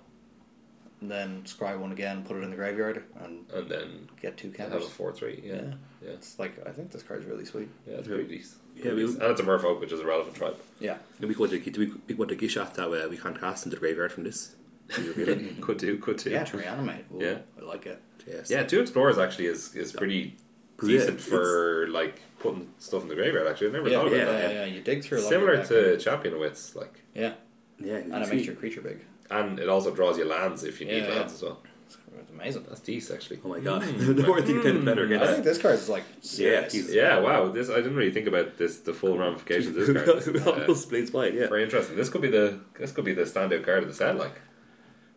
and then scry one again, put it in the graveyard, and
And then
get two
have a
counters.
four three. Yeah.
Yeah.
Yeah.
It's like I think this card's really sweet.
Yeah, it's pretty decent.
Yeah,
Pretty
we-
decent. and it's a merfolk, which is a relevant tribe.
Yeah.
and we go to do we, we go to Gishath that uh, we can't cast into the graveyard from this. yeah,
could do, could do.
Yeah, to reanimate. Ooh,
Yeah.
I like it.
Yeah, two explorers actually is is pretty
Yeah,
decent
it's-
for like putting stuff in the graveyard. Actually, I never
Yeah,
thought
yeah,
about
yeah,
that.
yeah, You dig through a lot
Similar
of your
to
back-
champion wits, like,
Yeah.
yeah,
And it
it's-
makes your creature big.
and it also draws you lands if you need
Yeah, yeah.
lands as well.
It's, it's amazing.
That's decent actually.
Oh my god! the more I think about it, the better it
I
gets.
think this card is like serious.
Jesus.
Yeah, wow. This I didn't really think about this. The full ramifications of this card.
It
Uh,
almost plays wide, yeah.
very interesting. This could be the this could be the standout card of the set. Like,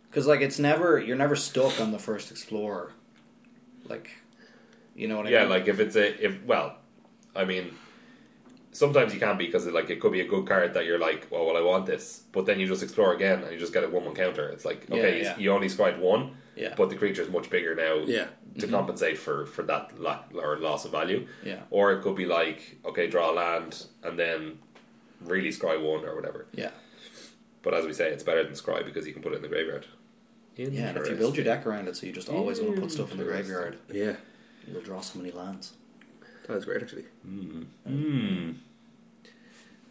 Because like it's never you're never stuck on the first explorer, like, you know what I
yeah,
mean?
like if it's a if well, I mean, sometimes you can be because like it could be a good card that you're like, "Oh, well, well, I want this, but then you just explore again and you just get a one one counter. It's like
Yeah,
okay,
yeah.
You, you only scored one,
Yeah. Mm-hmm.
but the creature is much bigger now.
Yeah.
to compensate for for that lack or loss of value.
Yeah.
or it could be like okay, draw a land and then really scry one or whatever.
yeah,
But as we say, it's better than scry because you can put it in the graveyard.
yeah. And if you build your deck around it, so you just always want to put stuff in the
Interesting.
graveyard,
Yeah,
you'll draw so many lands.
that was great actually.
Hmm.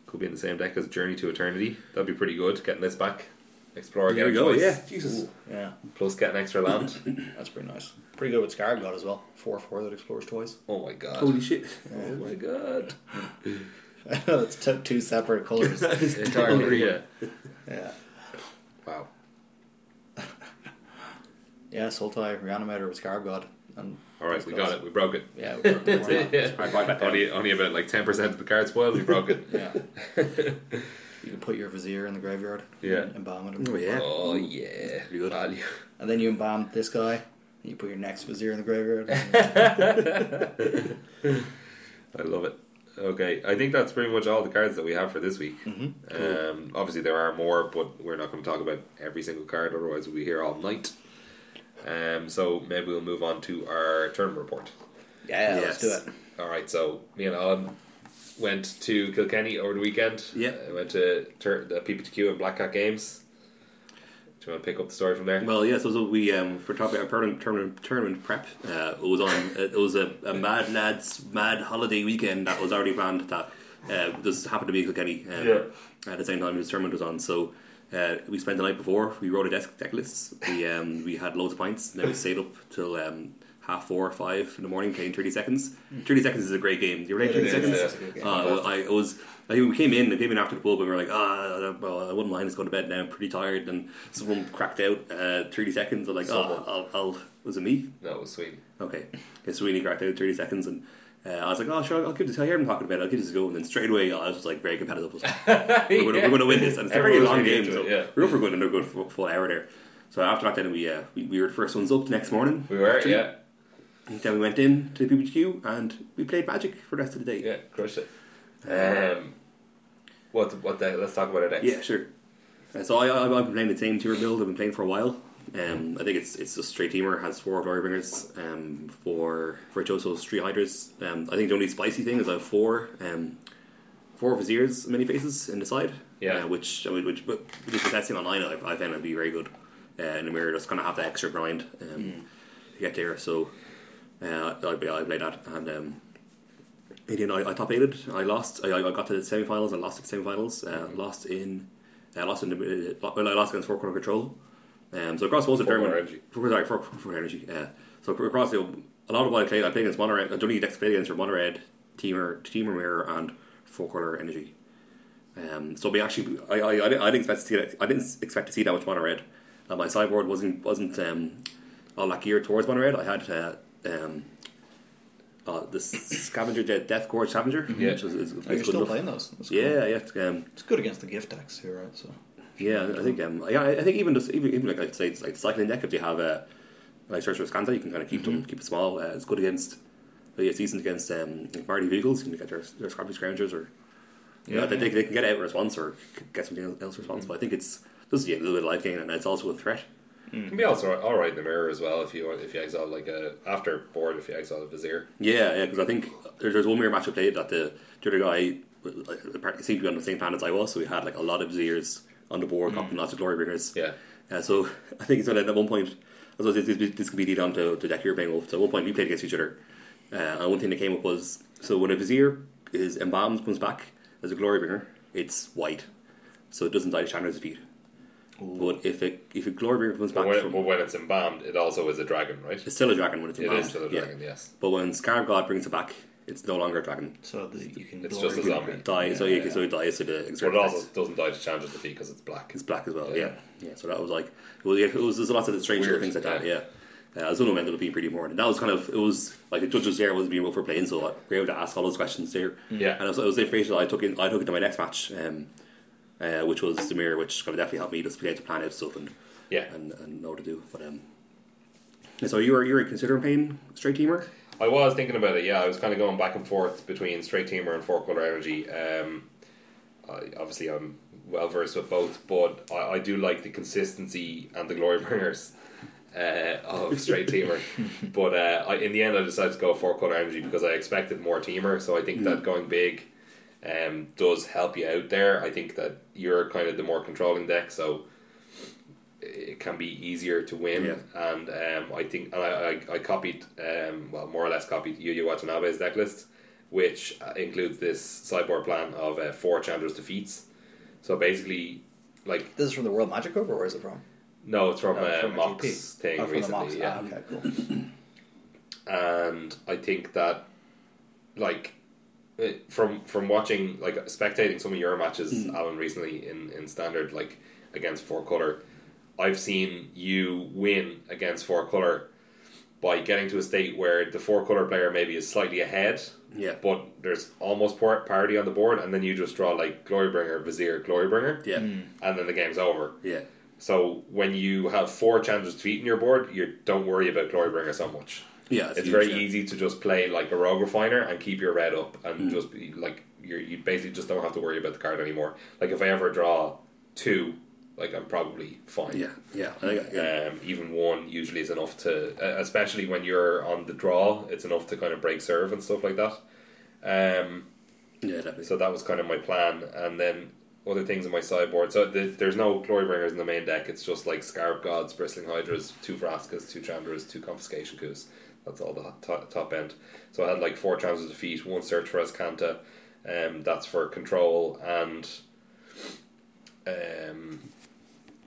Could be in the same deck as Journey to Eternity. That'd be pretty good. Getting this back, explore again.
There we go.
twice,
Oh, Yeah, Jesus.
Yeah,
Plus get an extra land.
that's pretty nice. Pretty good with Scarab God as well. Four four that explores twice.
oh my god.
Holy shit!
oh my god.
that's t- two separate colors.
Entirely. Yeah.
yeah,
Wow.
yeah. Sultai reanimator with Scarab God, and
All right, we got it. We broke it.
yeah, we broke the format.
only, only about like ten percent of the cards spoiled. We broke it.
yeah. You can put your vizier in the graveyard.
Yeah.
and embalm it.
Oh yeah.
Oh yeah,
pretty good.
Value.
And then you embalm this guy, and you put your next vizier in the graveyard.
I love it. Okay, I think that's pretty much all the cards that we have for this week.
Mm-hmm.
Um, obviously, there are more, but we're not going to talk about every single card, otherwise, we'll be here all night. Um, so maybe we'll move on to our turn report.
yeah,
Yes.
let's do it.
All right, so me and Alan went to Kilkenny over the weekend.
Yeah.
I went to tur- the PPTQ and Black Cat Games. Do you want to pick up the story from there?
Well, yeah. So, so we um, for talking about tournament, tournament, tournament prep, uh, it was on. It was a, a mad lads mad holiday weekend that was already planned. That uh, this happened to me in Kilkenny. Um,
Yeah.
At the same time, this tournament was on. So uh, we spent the night before. We wrote a desk deck list. We um, we had loads of pints. And then we stayed up till um, half four or five in the morning playing thirty seconds. Thirty seconds is a great game. You played
Hmm. It
thirty
is,
seconds.
yeah.
It's a good game.
Uh, well, I it was. I think we came in. I came in after the pub, and we were like, "Ah, well, I wouldn't mind just going to bed now. I'm pretty tired." And someone cracked out uh, thirty seconds. I'm like,
Someone.
"Oh, I'll, I'll." Was it me?
No, it was sweet.
Okay, yeah, Sweeney cracked out thirty seconds, and uh, I was like, "Oh, sure, I'll give this." I hear him talking about it. I'll give this a go. And then straight away, I was just like very competitive. I was like, we're going to win this. And it's a very
Everyone's
long
really
game,
into
so
it, yeah.
we were going to go for full hour there. So after that, then we, uh, we we were the first ones up the next morning.
We were,
Actually,
yeah,
Then we went in to the BBQ and we played Magic for the rest of the day. Uh,
yeah, crushed it. Um, what, what? The, let's talk about it next.
Yeah, sure. Uh, so I, I, I've been playing the same tier build. I've been playing for a while. Um, I think it's it's a straight teamer has four glory bringers, um, four virtuosos, three hydras. Um, I think the only spicy thing is I have four um, four viziers, many faces in the side.
Yeah.
uh, which I mean, which but just with testing online, I, I found it'd be very good. Uh, in the mirror, just kind of have that extra grind um, to get there. So uh, I, I played that and. Um, Again, I, I top aided. I lost. I, I I got to the semi-finals. I lost at the semi-finals. Uh, Lost in. I lost in. The, uh, well, I lost against Four Corner Control. Um, so across most of
Four Corner
tournament.
Energy.
Four, sorry, Four Four Corner Energy. Uh, so ac- across the, a lot of what I played, I played against Monterey. I don't need decks to play against or Monterey, Teamer, Teamer Mirror, and Four Corner Energy. Um, so we actually, I, I, I didn't I didn't expect to see that. I didn't expect to see that much mono red. Uh, my sideboard wasn't wasn't um, all that geared towards mono red. I had uh, um, uh, the scavenger death, death gorge scavenger.
Yeah.
which was, is,
Oh, you're
is good
still
enough.
playing those. That's cool.
Yeah, yeah, um,
It's good against the gift decks too, right? So
yeah. I think um, yeah, I I think even just even, even like I'd say it's like cycling deck if you have a like Search for Scanza, you can kind of keep them, keep it small. Uh, it's good against, well, yeah, it's decent against um, variety vehicles. You can get their, their scrappy scroungers or you know,
Yeah,
they,
yeah.
They, they can get out a response or c- get something else- else response. But I think it's just yeah, a little bit of life gain and it's also a threat.
It can be also all right in the mirror as well if you if you exile like a after board if you exile a vizier.
Yeah, yeah, because I think there, there's one mirror match I played that the, the other guy w- like, apparently seemed to be on the same plan as I was, so we had like a lot of Zeers on the board, copping lots of glory bringers.
Yeah.
Uh, so I think it's when at one point, I suppose this, this, this could be lead on to, to deck you're playing Wolf. So at one point we played against each other, uh, and one thing that came up was so when a Vizier is embalmed comes back as a glory bringer, it's white, so it doesn't die to Chandler's defeat. But if it if a glory bringer comes
But
back
when,
from,
but when it's embalmed, it also is a dragon, right?
it's still a dragon when it's
It
embalmed.
is still a
yeah.
dragon, yes.
But when Scarab God brings it back, it's no longer a dragon.
So the, you can.
It's
glory
just a
green.
zombie.
Die, so
Yeah,
yeah, so it dies to the
But
exert
it also
effects.
doesn't die to Chandra's defeat because it's black.
It's black as well.
Yeah.
Yeah, yeah. So that was like, well, yeah, it was there's lots of strange
Weird,
little things like that.
yeah.
Yeah, uh, as one of them ended up being pretty important. And that was kind of it was like the judges there was being able for playing, so we were able to ask all those questions there.
Yeah.
and it was, it was information I took in. I took into my next match, um, uh, which was the mirror, which kind of definitely helped me just be able to plan out stuff and
Yeah.
and, and know what to do. But um, and so you were you were considering playing straight teamer?
I was thinking about it. Yeah, I was kind of going back and forth between straight teamer and four color energy. Um, I, obviously, I'm well versed with both, but I, I do like the consistency and the glory bringers uh, of straight teamer. but uh, I, in the end, I decided to go four color energy because I expected more teamer. So I
Hmm.
think that going big um, does help you out there. I think that you're kind of the more controlling deck, so it can be easier to win. And um, I think and I, I, I copied, um, well, more or less copied Yu Yu Watanabe's deck list, which uh, includes this sideboard plan of uh, four Chandra's defeats. So basically, like,
This is from the World Magic Cup, or where is it from?
no, it's from
Oh,
a
from a GP.
Mox thing
Oh, from the
recently.
Mox.
Yeah
Ah, okay, cool.
and I think that like it- from from watching like spectating some of your matches, Alan, recently in in standard like against four color, I've seen you win against four color by getting to a state where the four color player maybe is slightly ahead,
Yeah,
but there's almost par- parity on the board, and then you just draw like Glorybringer, Vizier, Glorybringer,
yeah,
and then the game's over.
yeah.
So when you have four chances to defeat in your board, you don't worry about Glorybringer so much
Yeah,
it's
huge,
very
yeah.
easy to just play like a rogue refiner and keep your red up and just be like you you basically just don't have to worry about the card anymore like if i ever draw two like i'm probably fine
Yeah, yeah. I think, yeah.
um, even one usually is enough to uh, especially when you're on the draw it's enough to kind of break serve and stuff like that um,
yeah, definitely.
so that was kind of my plan and then other things in my sideboard so the, there's no Glorybringers in the main deck it's just like Scarab Gods Bristling Hydras two Vraskas two Chandras two Confiscation Coups that's all the hot- top, top end so I had like four chances of defeat one search for Escanta um, that's for control and um,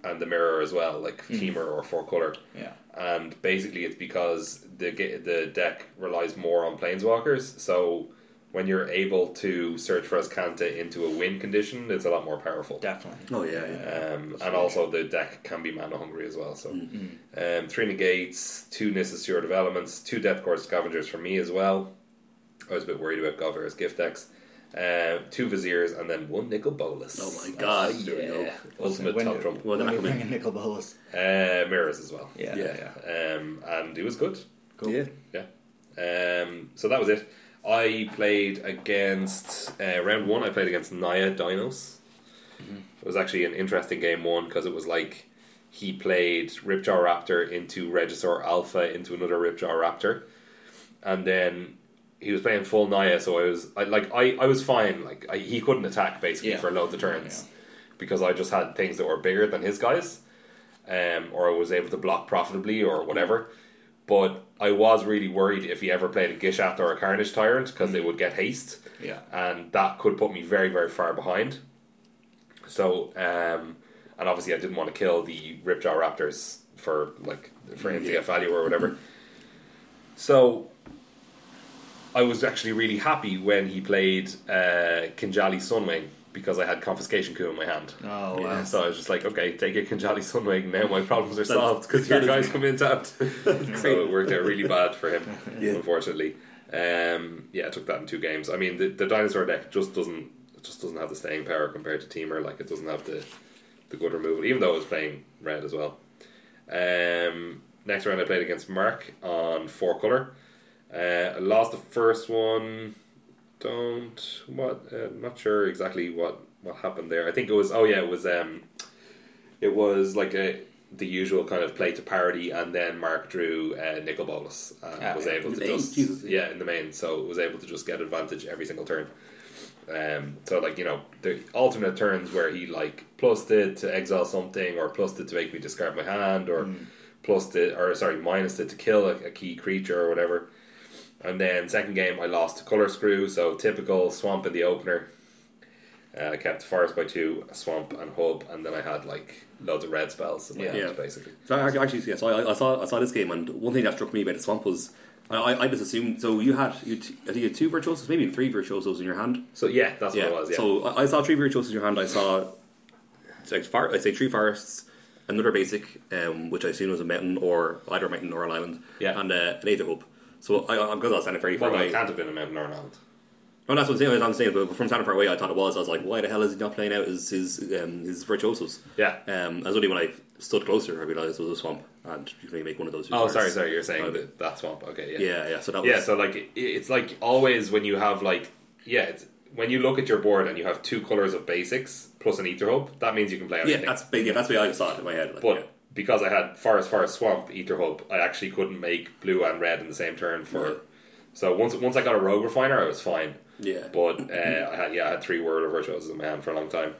and the mirror as well like Femur or four colour
Yeah.
and basically it's because the ge- the deck relies more on planeswalkers. So when you're able to search for Ascanta into a win condition, it's a lot more powerful.
Definitely.
Oh yeah, yeah.
Um, and also the deck can be mana hungry as well. So
Mm-hmm.
um, three negates, two Nissus Sewer developments, two Death Court scavengers for me as well. I was a bit worried about Governor's gift decks. Uh, two viziers and then one nickel bolus.
Oh my god, there we go.
Yeah.
Ultimate
When
top
do-
trump.
Well,
when
that
do we
could be-
bring in nickel bolas.
Uh, mirrors as well.
Yeah.
Yeah.
Um, and it was good.
Cool.
Yeah.
Yeah. Um, so that was it. I played against uh, round one. I played against Naya Dinos. It was actually an interesting game one because it was like he played Ripjaw Raptor into Regisaur Alpha into another Ripjaw Raptor, and then he was playing full Naya. So I was I, like I, I was fine. Like I, he couldn't attack basically
Yeah.
for loads of turns because I just had things that were bigger than his guys, um, or I was able to block profitably or whatever. But I was really worried if he ever played a Gishat or a Carnage Tyrant because
Mm.
they would get haste,
Yeah.
and that could put me very very far behind. So, um, and obviously I didn't want to kill the Ripjaw Raptors for like for him to get value or whatever. So I was actually really happy when he played uh, Kinjali Sunwing because I had Confiscation Coup in my hand.
Oh, wow.
So I was just like, okay, take a Kinjali Sunwing, now my problems are
That's-
solved because
that
your
is-
guys come in tapped. so it worked out really bad for him,
Yeah.
unfortunately. Um, yeah, I took that in two games. I mean, the, the dinosaur deck just doesn't it just doesn't have the staying power compared to Teamer. Like it doesn't have the the good removal, even though it was playing red as well. Um, Next round I played against Mark on four color. Uh, I lost the first one. Don't what? Uh, not sure exactly what what happened there. I think it was oh yeah it was um it was like a the usual kind of play to parody, and then Mark drew uh, Nicol Bolas and
Ah,
was
yeah.
able
In
to
the main,
just
Jesus.
yeah in the main, so was able to just get advantage every single turn. Um, so like you know the alternate turns where he like plus it to exile something, or plus it to make me discard my hand, or
Hmm.
plus it or sorry minus it to kill a, a key creature or whatever. And then second game I lost to Color Screw, so typical swamp in the opener. Uh, I kept forest by two, swamp and hub, and then I had like loads of red spells in my
Yeah.
hand,
Yeah.
basically.
So I- actually, yeah, so I, I saw I saw this game, and one thing that struck me about the swamp was I, I, I just assumed. So you had you t- I think you had two virtuosos, maybe three virtuosos in your hand.
So yeah, that's
yeah.
what it was. Yeah,
So I, I saw three virtuosos in your hand. I saw it's like far, I say three forests, another basic, um, which I assume was a mountain or either a mountain or an island.
Yeah.
And uh, an Aether Hope. So I, I'm glad I sounded very far
well, no,
away.
it can't have been a mountain or an island.
No, Oh, that's what I'm saying. I'm saying, but from sounding far away, I thought it was. I was like, why the hell is he not playing out his his um, his virtuosos?
Yeah.
Um, it was only when I stood closer I realized it was a swamp, and you can only make one of those. two
Oh, sorry,
turns.
sorry. You're
Oh,
saying
but-
that, that swamp? Okay, yeah,
Yeah, yeah. So that was
yeah. So like, it, it's like always when you have like, yeah, it's, when you look at your board and you have two colors of basics plus an ether hub, that means you can play
yeah.
anything.
That's ba- yeah. That's the way I saw it in my head. Like,
But
yeah.
because I had forest, forest, swamp, ether hub, I actually couldn't make blue and red in the same turn for.
Right.
So once once I got a rogue refiner, I was fine.
Yeah.
But uh, I had yeah I had three world of virtuosos in my hand for a long time,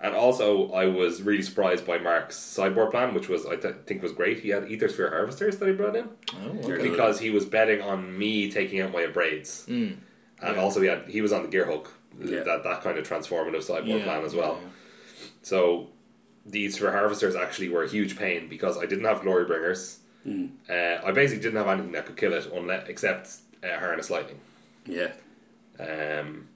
and also I was really surprised by Mark's sideboard plan, which was I th- think was great. He had ether sphere harvesters that he brought in
Oh,
You're
okay.
good.
because he was betting on me taking out my braids, and also he had he was on the gear hook
Yeah.
that that kind of transformative sideboard
Yeah,
plan as
yeah,
well. So these for harvesters actually were a huge pain because I didn't have glory bringers. Uh, I basically didn't have anything that could kill it unless except uh, harness lightning.
yeah,
Um,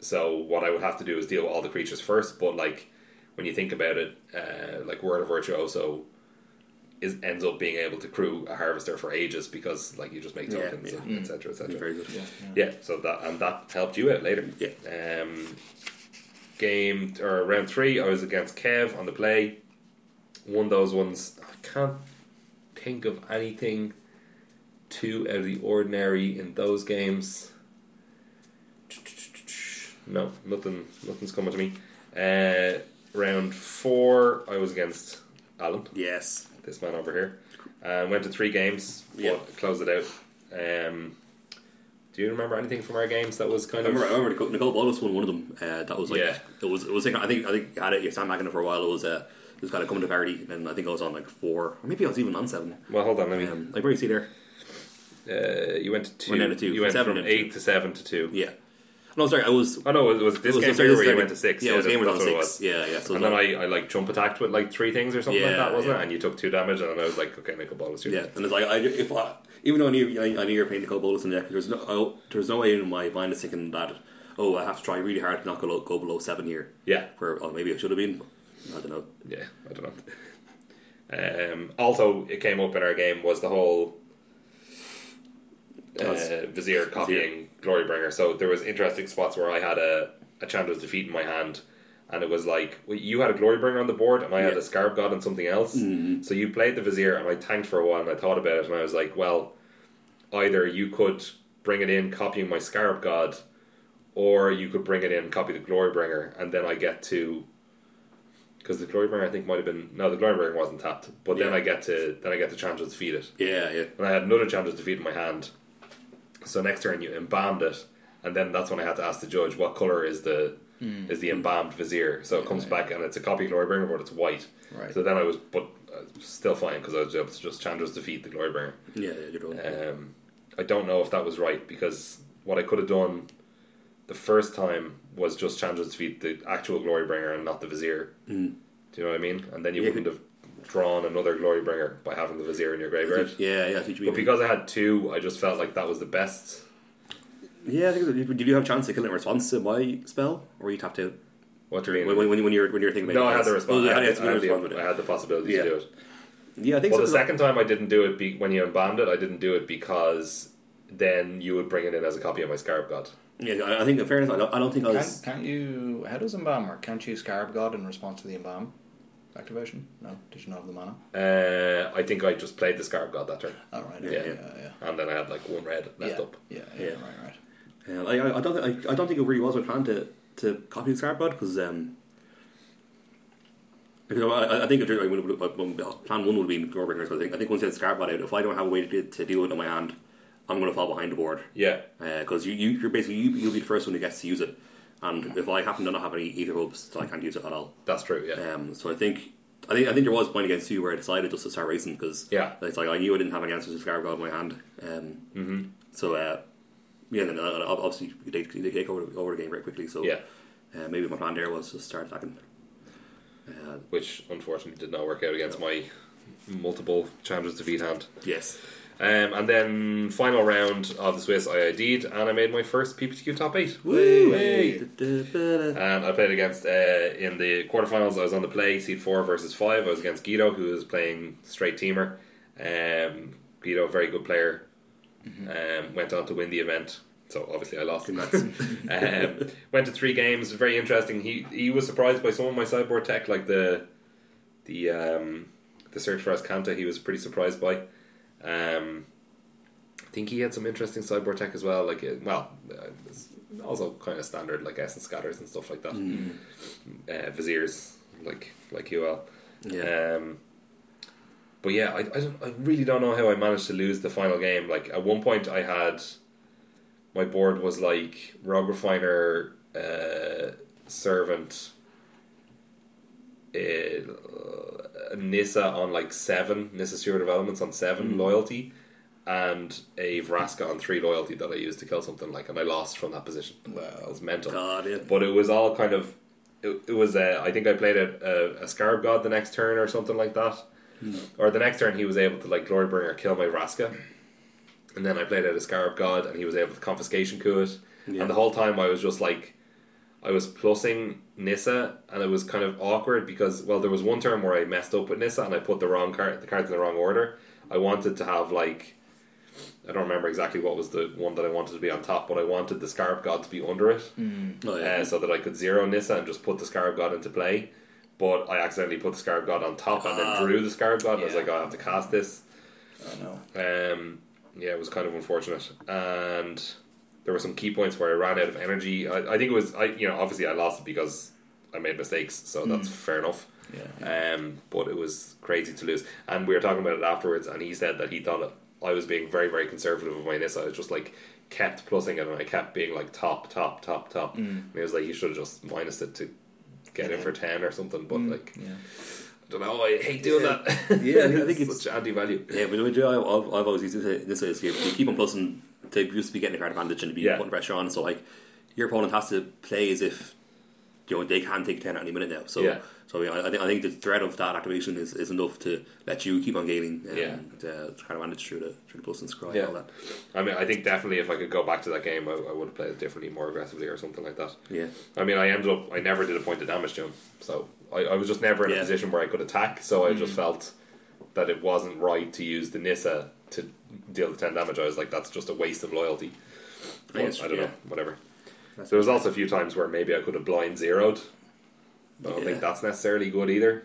so what I would have to do is deal with all the creatures first. But like when you think about it, uh, like Word of Virtuoso is ends up being able to crew a harvester for ages because like you just make
Yeah,
tokens,
yeah.
and et cetera, et cetera.
very good.
Yeah, yeah.
Yeah, so that and that helped you out later. Yeah. Um, game or round three, I was against Kev on the play. Won those ones. I can't think of anything too out of the ordinary in those games. No, nothing. Nothing's coming to me. Uh, round four, I was against Alan
Yes.
this man over here. Uh, went to three games, but
Yeah.
closed it out. Um, do you remember anything from our games that was
I
kind of?
remember, uh, I remember Nicole, Nicole Bolas won one of them. Uh, that was like
Yeah.
it was it was like, I think I think I had it. Yeah, Sam McIntyre for a while. It was uh, it was kind of coming to parody, and I think I was on like four, or maybe I was even on seven.
Well, hold on. Let me.
Um, like where you see there.
uh, you went to two.
Went down to two,
You
from
went
seven
from
down to
eight
two.
to seven to two.
Yeah. No, sorry, I was.
Oh no, it was this
it was
game
the
here
third-
where you
third-
went to six.
Yeah, it was
that's-
game
that's
was on
what it
six. Yeah, yeah. So it was
And then
like-
I, I like jump attacked with like three things or something like
Yeah,
that, wasn't
yeah.
it? And you took two damage, and I was like, okay, nickel ball is
Yeah, and it's like I, if I, even though I knew I, I knew you were playing Nicole Bolas in the deck, there's no oh, there's no way in my mind is thinking that oh I have to try really hard to not go, low, go below seven here.
yeah,
Where oh, maybe I should have been. I don't know.
yeah. I don't know. Um, also, it came up in our game was the whole uh,
That's-
Vizier copying Glorybringer. So there was interesting spots where I had a, a Chandra's Defeat in my hand, and it was like well, you had a Glorybringer on the board, and I had
Yeah. Mm-hmm.
a Scarab God and something else. So you played the Vizier, and I tanked for a while, and I thought about it, and I was like, well, either you could bring it in copying my Scarab God, or you could bring it in copy the Glorybringer, and then I get to. Because the Glorybringer, I think, might have been no, the Glorybringer wasn't tapped, but then
Yeah.
I get to then I get to Chandra's Defeat it
Yeah, yeah.
and I had another Chandra's defeat in my hand. So next turn you embalmed it, and then that's when I had to ask the judge what color is the is the embalmed vizier. So it comes back and it's a copy Glorybringer, but it's white.
Right.
So then I was, but uh, still fine because I was able to just Chandra's defeat the Glorybringer.
Yeah, yeah, you're doing.
Um, I don't know if that was right because what I could have done the first time was just Chandra's defeat the actual Glorybringer and not the vizier. Do you know what I mean? And then you
Mm. Yeah,
wouldn't have drawn another Glorybringer by having the vizier in your graveyard.
yeah, yeah. I think you
But because I had two, I just felt like that was the best.
yeah, I think it was- did you have a chance to kill it in response to my spell, or were you tapped out?
What do you
When,
mean?
when, when, you, when you're when you're thinking about
No, I
it,
had the
yes.
response.
Oh,
I,
yeah,
had,
it's
the-
when
I,
you
had
respond with
the, I
it.
had the possibility
Yeah.
to do it.
Yeah, I think
Well,
so.
the second time I didn't do it be, when you embalmed it. I didn't do it because then you would bring it in as a copy of my Scarab God.
Yeah, I I think in fairness, I don't, I don't think I
Can't,
was.
can't you? How does Embalmer? Can't you Scarab God in response to the Embalm? activation? No, did you not have the mana?
Uh, I think I just played the Scar of God that turn,
All Oh, right.
Yeah.
okay, yeah, yeah,
and then I had like one red
yeah,
left up.
yeah, yeah,
Yeah.
right, right.
Uh, I, I- I don't think I, I don't think it really was my plan to to copy Scarpod because um, because I, I- I think if, like, would- would- like, um, plan one would be Gorbringers, but I think I think once I had Scarpod out, if I don't have a way to, do- to do it on my hand, I'm going to fall behind the board
Yeah,
because you, you you're basically you, you'll be the first one who gets to use it, and if I happen to not have any either hubs, then I can't use it at all.
that's true. Yeah,
Um, so I think I think I think there was a point against you where I decided just to start racing because
Yeah.
it's like I knew I didn't have an answer to Scarab in my hand. Um,
Mm-hmm.
So uh, yeah, then uh, ob- obviously they, they take over, over the game very quickly. So
yeah,
uh, maybe my plan there was to start attacking. Uh,
which unfortunately did not work out against my multiple Chandra's defeat hand.
yes,
Um, and then final round of the Swiss I ID'd, and I made my first PPTQ top eight.
Woo!
And I played against uh, in the quarterfinals. I was on the play seed four versus five. I was against Guido, who was playing straight teamer. Um, Guido, very good player, um, went on to win the event. So obviously, I lost.
Congrats.
um, went to three games. Very interesting. He he was surprised by some of my sideboard tech, like the the um, the search for Ascanta. He was pretty surprised by. Um, I think he had some interesting sideboard tech as well. Like, it, well, uh, it's also kind of standard, like essence scatters and stuff like that. Uh, viziers, like like UL.
yeah,
Um, but yeah, I, I, don't, I really don't know how I managed to lose the final game. Like at one point, I had my board was like Rogue Refiner, uh, Servant, uh, Nissa on like seven Nissa Sewer Developments on seven loyalty, and a Vraska on three loyalty that I used to kill something like, and I lost from that position. It
Wow.
was mental
God, yeah.
but it was all kind of it, it was uh, I think I played a, a, a Scarab God the next turn or something like that or the next turn he was able to like Glorybringer kill my Vraska and then I played out a Scarab God and he was able to Confiscation coup it
Yeah.
and the whole time I was just like I was plussing Nissa and it was kind of awkward because well there was one turn where I messed up with Nissa and I put the wrong card the cards in the wrong order I wanted to have like I don't remember exactly what was the one that I wanted to be on top but I wanted the Scarab God to be under it
Oh, yeah.
uh, so that I could zero Nissa and just put the Scarab God into play. But I accidentally put the Scarab God on top and
Ah.
then drew the Scarab God. And I was
Yeah.
like, oh, I have to cast this.
I know.
Um, yeah, it was kind of unfortunate. And there were some key points where I ran out of energy. I, I think it was, I you know, obviously I lost it because I made mistakes,
Hmm.
so that's fair enough.
Yeah.
Um, but it was crazy to lose. And we were talking about it afterwards, and he said that he thought I was being very, very conservative with my Nissa. I was just like kept plussing it, and I kept being like top, top, top, top.
Hmm.
And he was like, you should have just minus it to get in for ten or something. But like,
Yeah.
I don't know. I hate doing
Hmm. Yeah.
that.
Yeah, I think- I think it's-
such anti-value.
Yeah, but we do. I've, I've I've always used this, this way. is You keep on plusing to just be getting a card advantage and to be
Yeah.
putting pressure on. So like, your opponent has to play as if you know they can take ten at any minute now. So
Yeah.
so I, mean, I- I think I think the threat of that activation is, is enough to let you keep on gaining um,
Yeah.
the card advantage through the through the plus and scry
Yeah.
and all that.
I mean, I think definitely if I could go back to that game, I, I would have played it differently, more aggressively, or something like that.
Yeah,
I mean, I ended up, I never did a point of damage to him. So I, I was just never in a
Yeah.
position where I could attack. So I just felt that it wasn't right to use the Nissa to deal the 10 damage. I was like, that's just a waste of loyalty.
I guess,
Well, I don't
yeah.
know, whatever.
That's
there was also a few times where maybe I could have blind zeroed. I don't
Yeah.
think that's necessarily good either.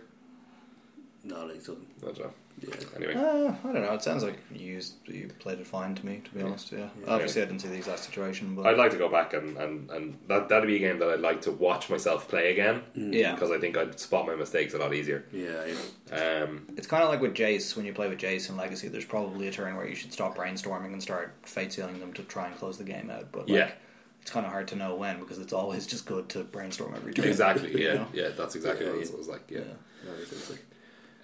no, like so.
I don't know.
Yeah,
Anyway,
Uh, I don't know. It sounds like you used you played it fine to me. To be honest, yeah. Obviously, I didn't see the exact situation, but
I'd like to go back and, and, and that, that'd be a game that I'd like to watch myself play again.
Mm.
Yeah.
Because I think I'd spot my mistakes a lot easier.
yeah, yeah.
Um,
It's kind of like with Jace. When you play with Jace in Legacy, there's probably a turn where you should stop brainstorming and start fate sealing them to try and close the game out. But like,
Yeah.
it's kind of hard to know when because it's always just good to brainstorm every turn.
Exactly.
You
Yeah.
know?
Yeah. That's exactly
Yeah,
what
yeah.
it was like. Yeah.
Yeah.
No, it's- it's like-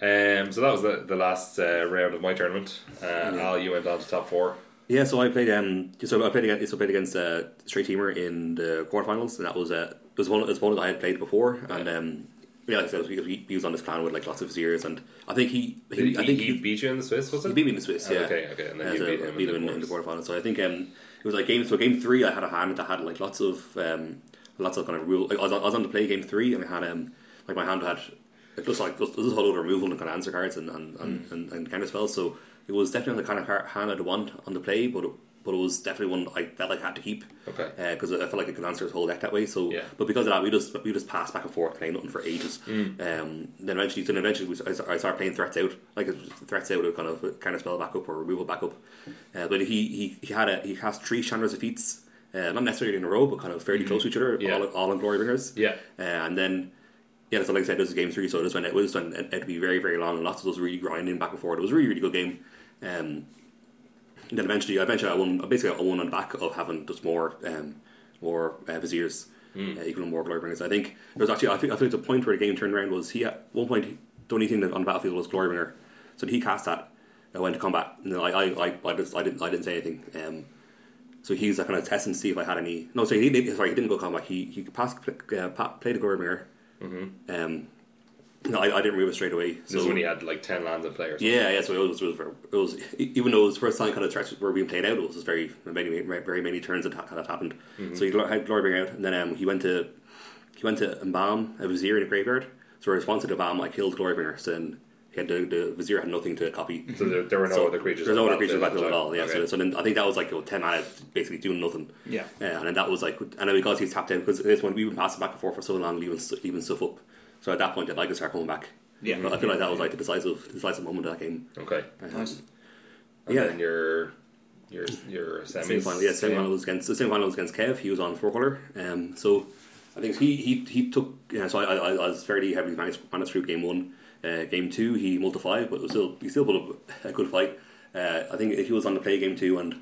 Um. So that was the, the last uh, round of my tournament. Uh, Al, you went on to top four.
Yeah, so I played. Um, so I played against. So I played against uh, Straight Teamer in the quarterfinals, and that was uh, it was one. It was one that I had played before, and um, yeah, like I said, he, he was on this plan with like lots of Viziers, and I think he. he,
Did he,
I think
he, beat you in the Swiss? Was it?
he beat me in the Swiss,
Oh,
yeah.
okay, okay, and then
Uh,
you
so
beat
I
him
beat
in
him
the
in, in the quarterfinals. So I think um, it was like game. So game three, I had a hand that had like lots of um, lots of kind of rule. I was, on- I was on the play game three, and I had um, like my hand had it was like just, this whole lot of removal and kind of answer
Mm.
cards and and, and, and, and counter spells. So it was definitely the kind of car- hand I'd want on the play, but it but it was definitely one I felt like I had to keep.
Okay.
Because Uh, I felt like I could answer his whole deck that way. So,
Yeah.
but because of that, we just we just passed back and forth playing nothing for ages.
Hmm.
Um, then eventually, then eventually, we, I, s- I started playing threats out, like it was threats out would kind of kind of spell back up or removal back up. Uh, but he, he he had a he cast three Chandra's defeats, uh, not necessarily in a row, but kind of fairly close to each other,
Hmm. Yeah.
all all in glory ringers.
Yeah.
Uh, and then, yeah, so like I said, this is game three, so this went, it was went out to be very, very long, and lots of those really grinding back and forth. It was a really, really good game. Um, and then eventually, eventually, I won. Basically, I won on the back of having just more, um, more uh, viziers, uh, equal more glory bringers. I think there was actually, I think, I think the point where the game turned around was he at one point the only thing that on the battlefield was glory bringer, so he cast that. I went to combat, and then I, I, I, I just, I didn't, I didn't say anything. Um, so he was like kind of testing to see if I had any. No, sorry, he didn't. Sorry, he didn't go combat. He he passed, uh, pa- played a glory mirror. Mm-hmm. Um, no, I, I didn't remove it straight away.
This is
so-
when he had like 10 lands in play or something.
yeah, yeah. So it was, it was, it was even though it was the first time kind of tracks were being played out, it was just very many, very many turns that ha- that happened.
Mm-hmm.
So he gl- had glory bring out, and then um, he went to he went to embalm a vizier in a graveyard. So in response to the bomb, I killed glory bringer. So then he had the, the vizier had nothing to copy.
So there, there were no
So
other creatures.
There's
on
no
the
other creatures back
battlefield
at all. Yeah.
Okay.
So, then- so then I think that was like you know, ten mana, basically doing nothing.
Yeah.
Uh, and then that was like, and then because he's tapped in, because this one we've been passing back and forth for so long, leaving st- leaving stuff up. So at that point, I'd like to start coming back.
Yeah.
But I feel like that was like the decisive decisive moment of that game.
okay.
Um,
Nice.
And
yeah.
then your, your, your
Semi
semis.
final, yeah, semi final was against the semi final was against Kev. He was on four color. Um, so I think he he, he took. Yeah, so I, I, I was fairly heavily managed, managed through game one. Uh, game two, he multiplied, but it was still he still put up a good fight. Uh, I think he was on the play game two, and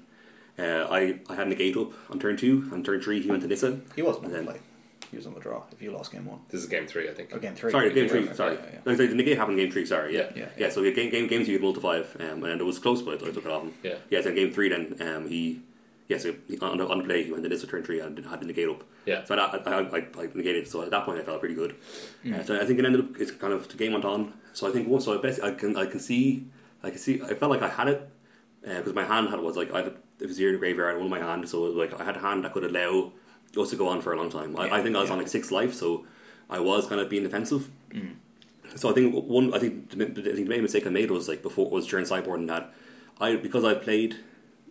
uh, I I had negate up on turn two. On turn three, he went to Nissa.
He wasn't on
And
the
then-
play. He was on the draw. If you lost game one,
This is game three, I think.
or game three.
Sorry, game three.
Yeah,
Sorry,
yeah, yeah.
No, sorry, the negate happened in game three. Sorry, yeah,
Yeah,
yeah.
yeah.
so game game game two, he had multiply, um, and it was close, but I took it off him.
Yeah.
yeah. So in game three, then um, he, yeah, so he- on the, on the play he went to this turn three and had the negate up.
Yeah.
So I, I, I, I I negated. So at that point, I felt pretty good. Uh, so I think it ended up. It's kind of the game went on. So I think once. So I best I can I can see I can see I felt like I had it because Uh, my hand had was like I had a vizier in the graveyard, one in my hand, so it was like I had a hand that could allow us to go on for a long time. I, I think I was on like six life, so I was kind of being defensive. So I think one, I think the, I think the main mistake I made was like before was during sideboard and that I because I played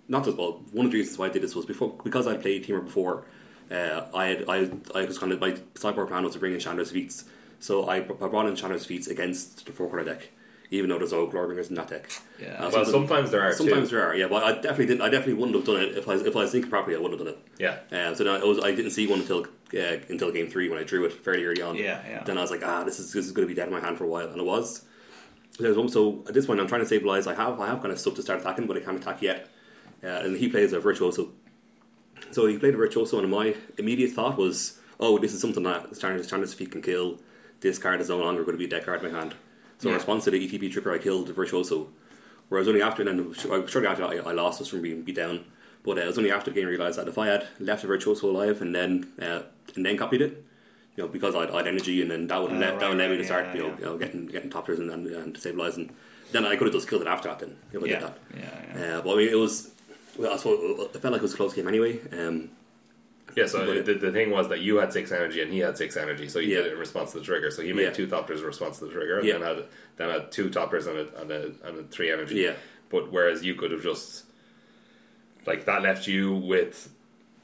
not as well. One of the reasons why I did this was before because I played Teamer before. Uh, I had I I was kind of my sideboard plan was to bring in Chandra's feats, so I, I brought in Chandra's feats against the four corner deck, even though there's no Glorbringers in that deck.
Yeah.
Uh, so
Well,
the-
sometimes there are
Sometimes
two.
there are, yeah. But I definitely didn't. I definitely wouldn't have done it if I if I was thinking properly. I wouldn't have done it.
Yeah.
Um, so then I was I didn't see one until uh, until game three when I drew it fairly early on.
Yeah, yeah.
Then I was like, ah, this is this is going to be dead in my hand for a while, and it was. So there's one- So at this point, I'm trying to stabilize. I have I have kind of stuff to start attacking, but I can't attack yet. Uh, and he plays a virtuoso. So he played a virtuoso, and my immediate thought was, oh, this is something that Standard Standard Defeat can kill. This card is no longer going to be a deck card in my hand. So in
Yeah.
response to the ETB trigger, I killed the virtuoso. Whereas only after then, shortly after I, I lost was from being beat down. But uh, it was only after the game I realized that if I had left the virtuoso alive and then uh, and then copied it, you know, because I'd, I'd energy and then that would
Oh,
let, that would
right,
allow me to
yeah,
start, you, know,
yeah.
you know, getting getting top tiers and and, and stabilizing. Then I could have just killed it after that. Then if I
Yeah.
did that.
Yeah,
Uh, but I mean, it was. Well, I suppose it felt like it was a close game anyway. Um,
Yeah, so
But it-
the, the thing was that you had six energy and he had six energy, so he
Yeah.
did it in response to the trigger. So he made
Yeah.
two topters in response to the trigger, and
Yeah.
then had then had two topters and a, and a, and a three energy.
Yeah.
But whereas you could have just like that left you with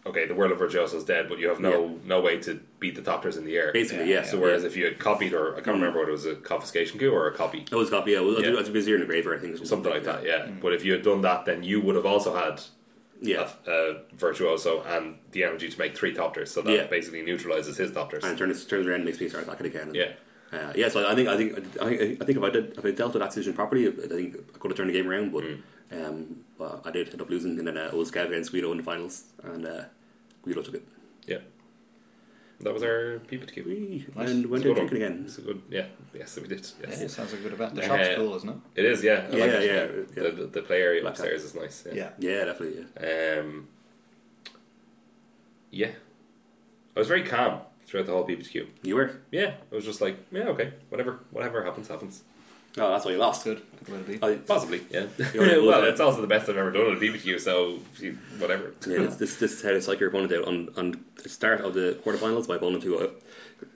okay, the world of virtuoso is dead, but you have no no way to beat the topters in the air.
basically,
Yeah,
yeah. Mm.
yeah.
So whereas if you had copied or I can't remember what it was a confiscation coup or a copy
it was copy. Yeah, it was,
Yeah.
it was busier in the graveyard, I think, or
something
something,
like that, yeah.
Mm.
But if you had done that, then you would have also had
Yeah,
uh, virtuoso and the energy to make three topters. So that
Yeah.
basically neutralizes his topters.
and turns turns around, and makes me start attacking again. And,
Yeah.
uh, yeah. So I think I think I, think- I think if I did if I dealt with that decision properly, I think I could have turned the game around. But um, well, I did end up losing, and then uh, it was Gav against Guido in the finals, and uh, Guido took it.
Yeah. That was our PPTQ.
Whee!
Nice.
And went
It's a
to
good one.
drinking again.
It's a good, yeah, yes, we did.
yeah.
Yes.
It sounds like a good event. The
Uh,
shop's cool, isn't it?
It is, yeah. I
Yeah,
it.
yeah, yeah.
The, the, the play area
Like that.
upstairs is nice.
Yeah.
Yeah.
Yeah, definitely. Yeah.
Um, yeah. I was very calm throughout the whole PPTQ.
You were.
Yeah, I was just like, yeah, okay, whatever, whatever happens, happens.
Oh, that's why you lost.
Good. Will be.
I,
Possibly, yeah.
it was,
well,
uh,
it's also the best I've ever done at a PPTQ, so you- whatever.
Yeah, this, this, this is how to psych your opponent out on, on the start of the quarterfinals. My opponent, who uh,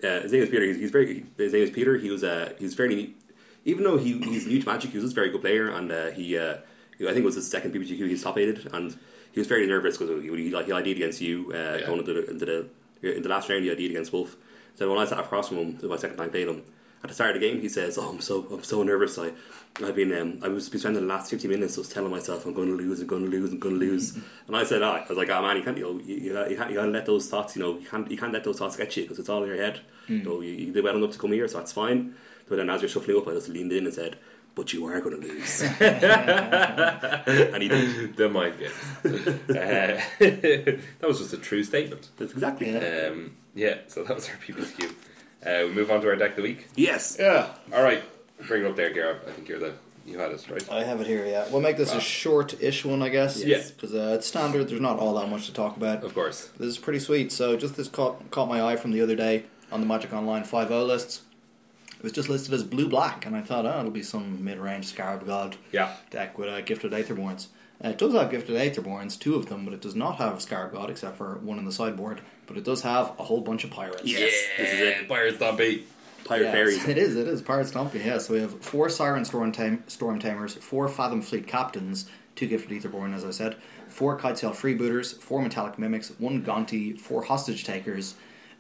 uh, his name is Peter, he's, he's very his name is Peter. He was uh, he's very even though he, he's new to Magic, he was a very good player, and uh, he uh, I think it was his second PPTQ he's top aided, and he was very nervous because he, he like he ID'd against you uh,
Yeah.
going into the, into the in the last round he ID'd against Wolf. So when I sat across from him, it was my second time playing him. At the start of the game, he says, "Oh, I'm so I'm so nervous. I I've been um, I was been spending the last 50 minutes just telling myself I'm going to lose, I'm going to lose, I'm going to lose." and I said, "Ah, I was like, oh man, you can't you know, you, you, gotta- you can't you gotta let those thoughts you know you can't you can't let those thoughts get you because it's all in your head.
Mm.
So you, you did well enough to come here, so that's fine." But then as you're shuffling up, I just leaned in and said, "But you are going to lose," and he did.
the mind games. uh, that was just a true statement.
That's exactly.
Yeah.
Um, yeah, so that was our PPQ. Uh, we move on to our deck of the week.
Yes.
Yeah.
All right, bring it up there, Gareth. I think you're the you had it right.
I have it here, yeah. We'll make this a short ish one, I guess.
Yes. Yeah.
Because uh, it's standard, there's not all that much to talk about.
Of course.
This is pretty sweet. So, just this caught, caught my eye from the other day on the Magic Online 5 0 lists. It was just listed as blue black, and I thought, oh, it'll be some mid range Scarab God
Yeah.
deck with uh, Gifted Aetherborns. Uh, it does have Gifted Aetherborns, two of them, but it does not have Scarab God except for one in the sideboard. But it does have a whole bunch of pirates.
Yes, this is it.
Pirates Don't Beat.
Pirate
Yeah,
fairies.
It is, it is. Pirates Dumpy, yeah. So we have four Siren Storm, tam- storm Tamers, four Fathom Fleet Captains, two Gifted Etherborn, as I said, four Kitesale Freebooters, four Metallic Mimics, one Gonti, four Hostage Takers,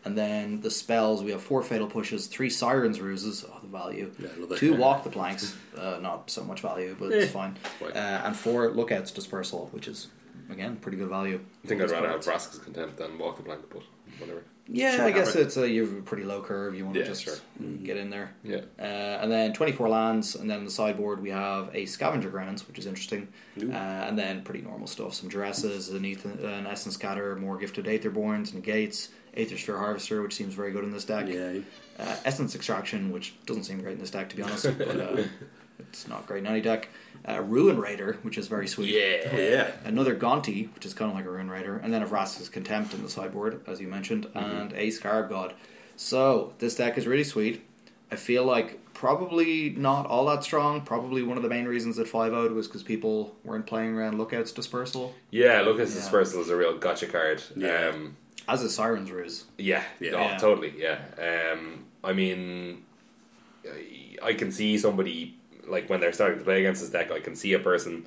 and then the spells, we have four Fatal Pushes, three Sirens Ruses, oh, the value,
Yeah, I love it.
two Walk the Planks, uh, not so much value, but
Eh,
it's fine,
fine.
Uh, and four Lookouts Dispersal, which is, again, pretty good value.
I think I'd rather have Vraska's Contempt than Walk the Blank, but whatever.
Yeah,
Sure,
I guess
have it.
it's a, you have a pretty low curve. You want
Yeah,
to just
sure.
get in there.
Yeah.
Uh, and then 24 lands, and then the sideboard we have a scavenger grounds, which is interesting. Uh, and then pretty normal stuff some duresses, an, ether, an Essence Scatter, more gifted Aetherborns, negates, Aethersphere Harvester, which seems very good in this deck.
Yeah.
Uh, Essence Extraction, which doesn't seem great in this deck, to be honest, but uh, it's not great in any deck. Uh, Ruin Raider, which is very sweet
Yeah.
Yeah.
another Gonti, which is kind of like a Rune Rider, and then a Vraska's Contempt in the sideboard, as you mentioned, and a Scarab God. So this deck is really sweet. I feel like probably not all that strong. Probably one of the main reasons that 5 0 was because people weren't playing around Lookouts Dispersal,
Yeah, look, this
Yeah.
dispersal is a real gotcha card.
Yeah.
Um,
as is Siren's Ruse.
Yeah,
Yeah.
Oh,
Yeah.
totally. Yeah. Um, I mean, I- I can see somebody like when they're starting to play against this deck. I can see a person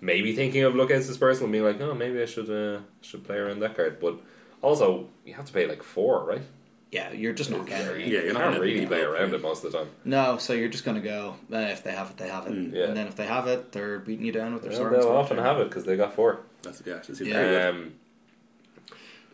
maybe thinking of look at this person and being like, oh, maybe I should uh, should play around that card. But also, you have to pay like four, right?
Yeah, you're just not getting it.
Yeah,
you
you're not
can't
gonna
really
beat
play
them up,
around
yeah.
it most of the time.
No, so you're just going to go, uh, if they have it, they have it.
yeah.
And then if they have it, they're beating you down with their
Well,
Siren's
they'll
Ruse.
often have it because they got four.
That's, yeah. It's
Yeah.
very good.
Um,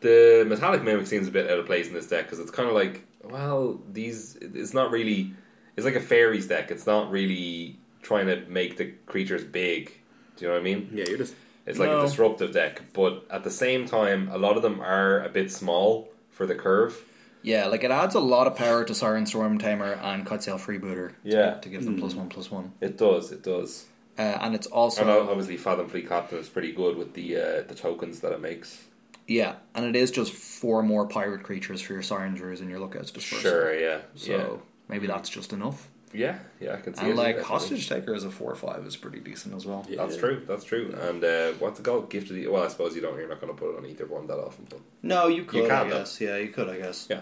the metallic mimic seems a bit out of place in this deck because it's kind of like, well, these. It's not really. It's like a fairies deck. It's not really trying to make the creatures big. Do you know what I mean?
Yeah, you're just.
It's like
No.
a disruptive deck, but at the same time, a lot of them are a bit small for the curve.
Yeah, like it adds a lot of power to Siren Storm Tamer and Cutsail Freebooter to-
Yeah. Mm.
to, give them plus one, plus one.
It does. It does.
Uh, and it's also.
And obviously, Fathom Fleet Captain is pretty good with the uh, the tokens that it makes.
Yeah, and it is just four more pirate creatures for your siren druids and your lookouts dispersal.
Sure. Yeah.
So maybe that's just enough.
Yeah. Yeah. Yeah. I can see. it,
and like
definitely.
hostage taker as a four or five is pretty decent as well.
Yeah.
That's true. That's true. And uh, what's it called? Gift of the. Well, I suppose you don't. You're not going to put it on either one that often, but
No, you could.
can,
I
though.
guess. Yeah, you could. I guess.
yeah,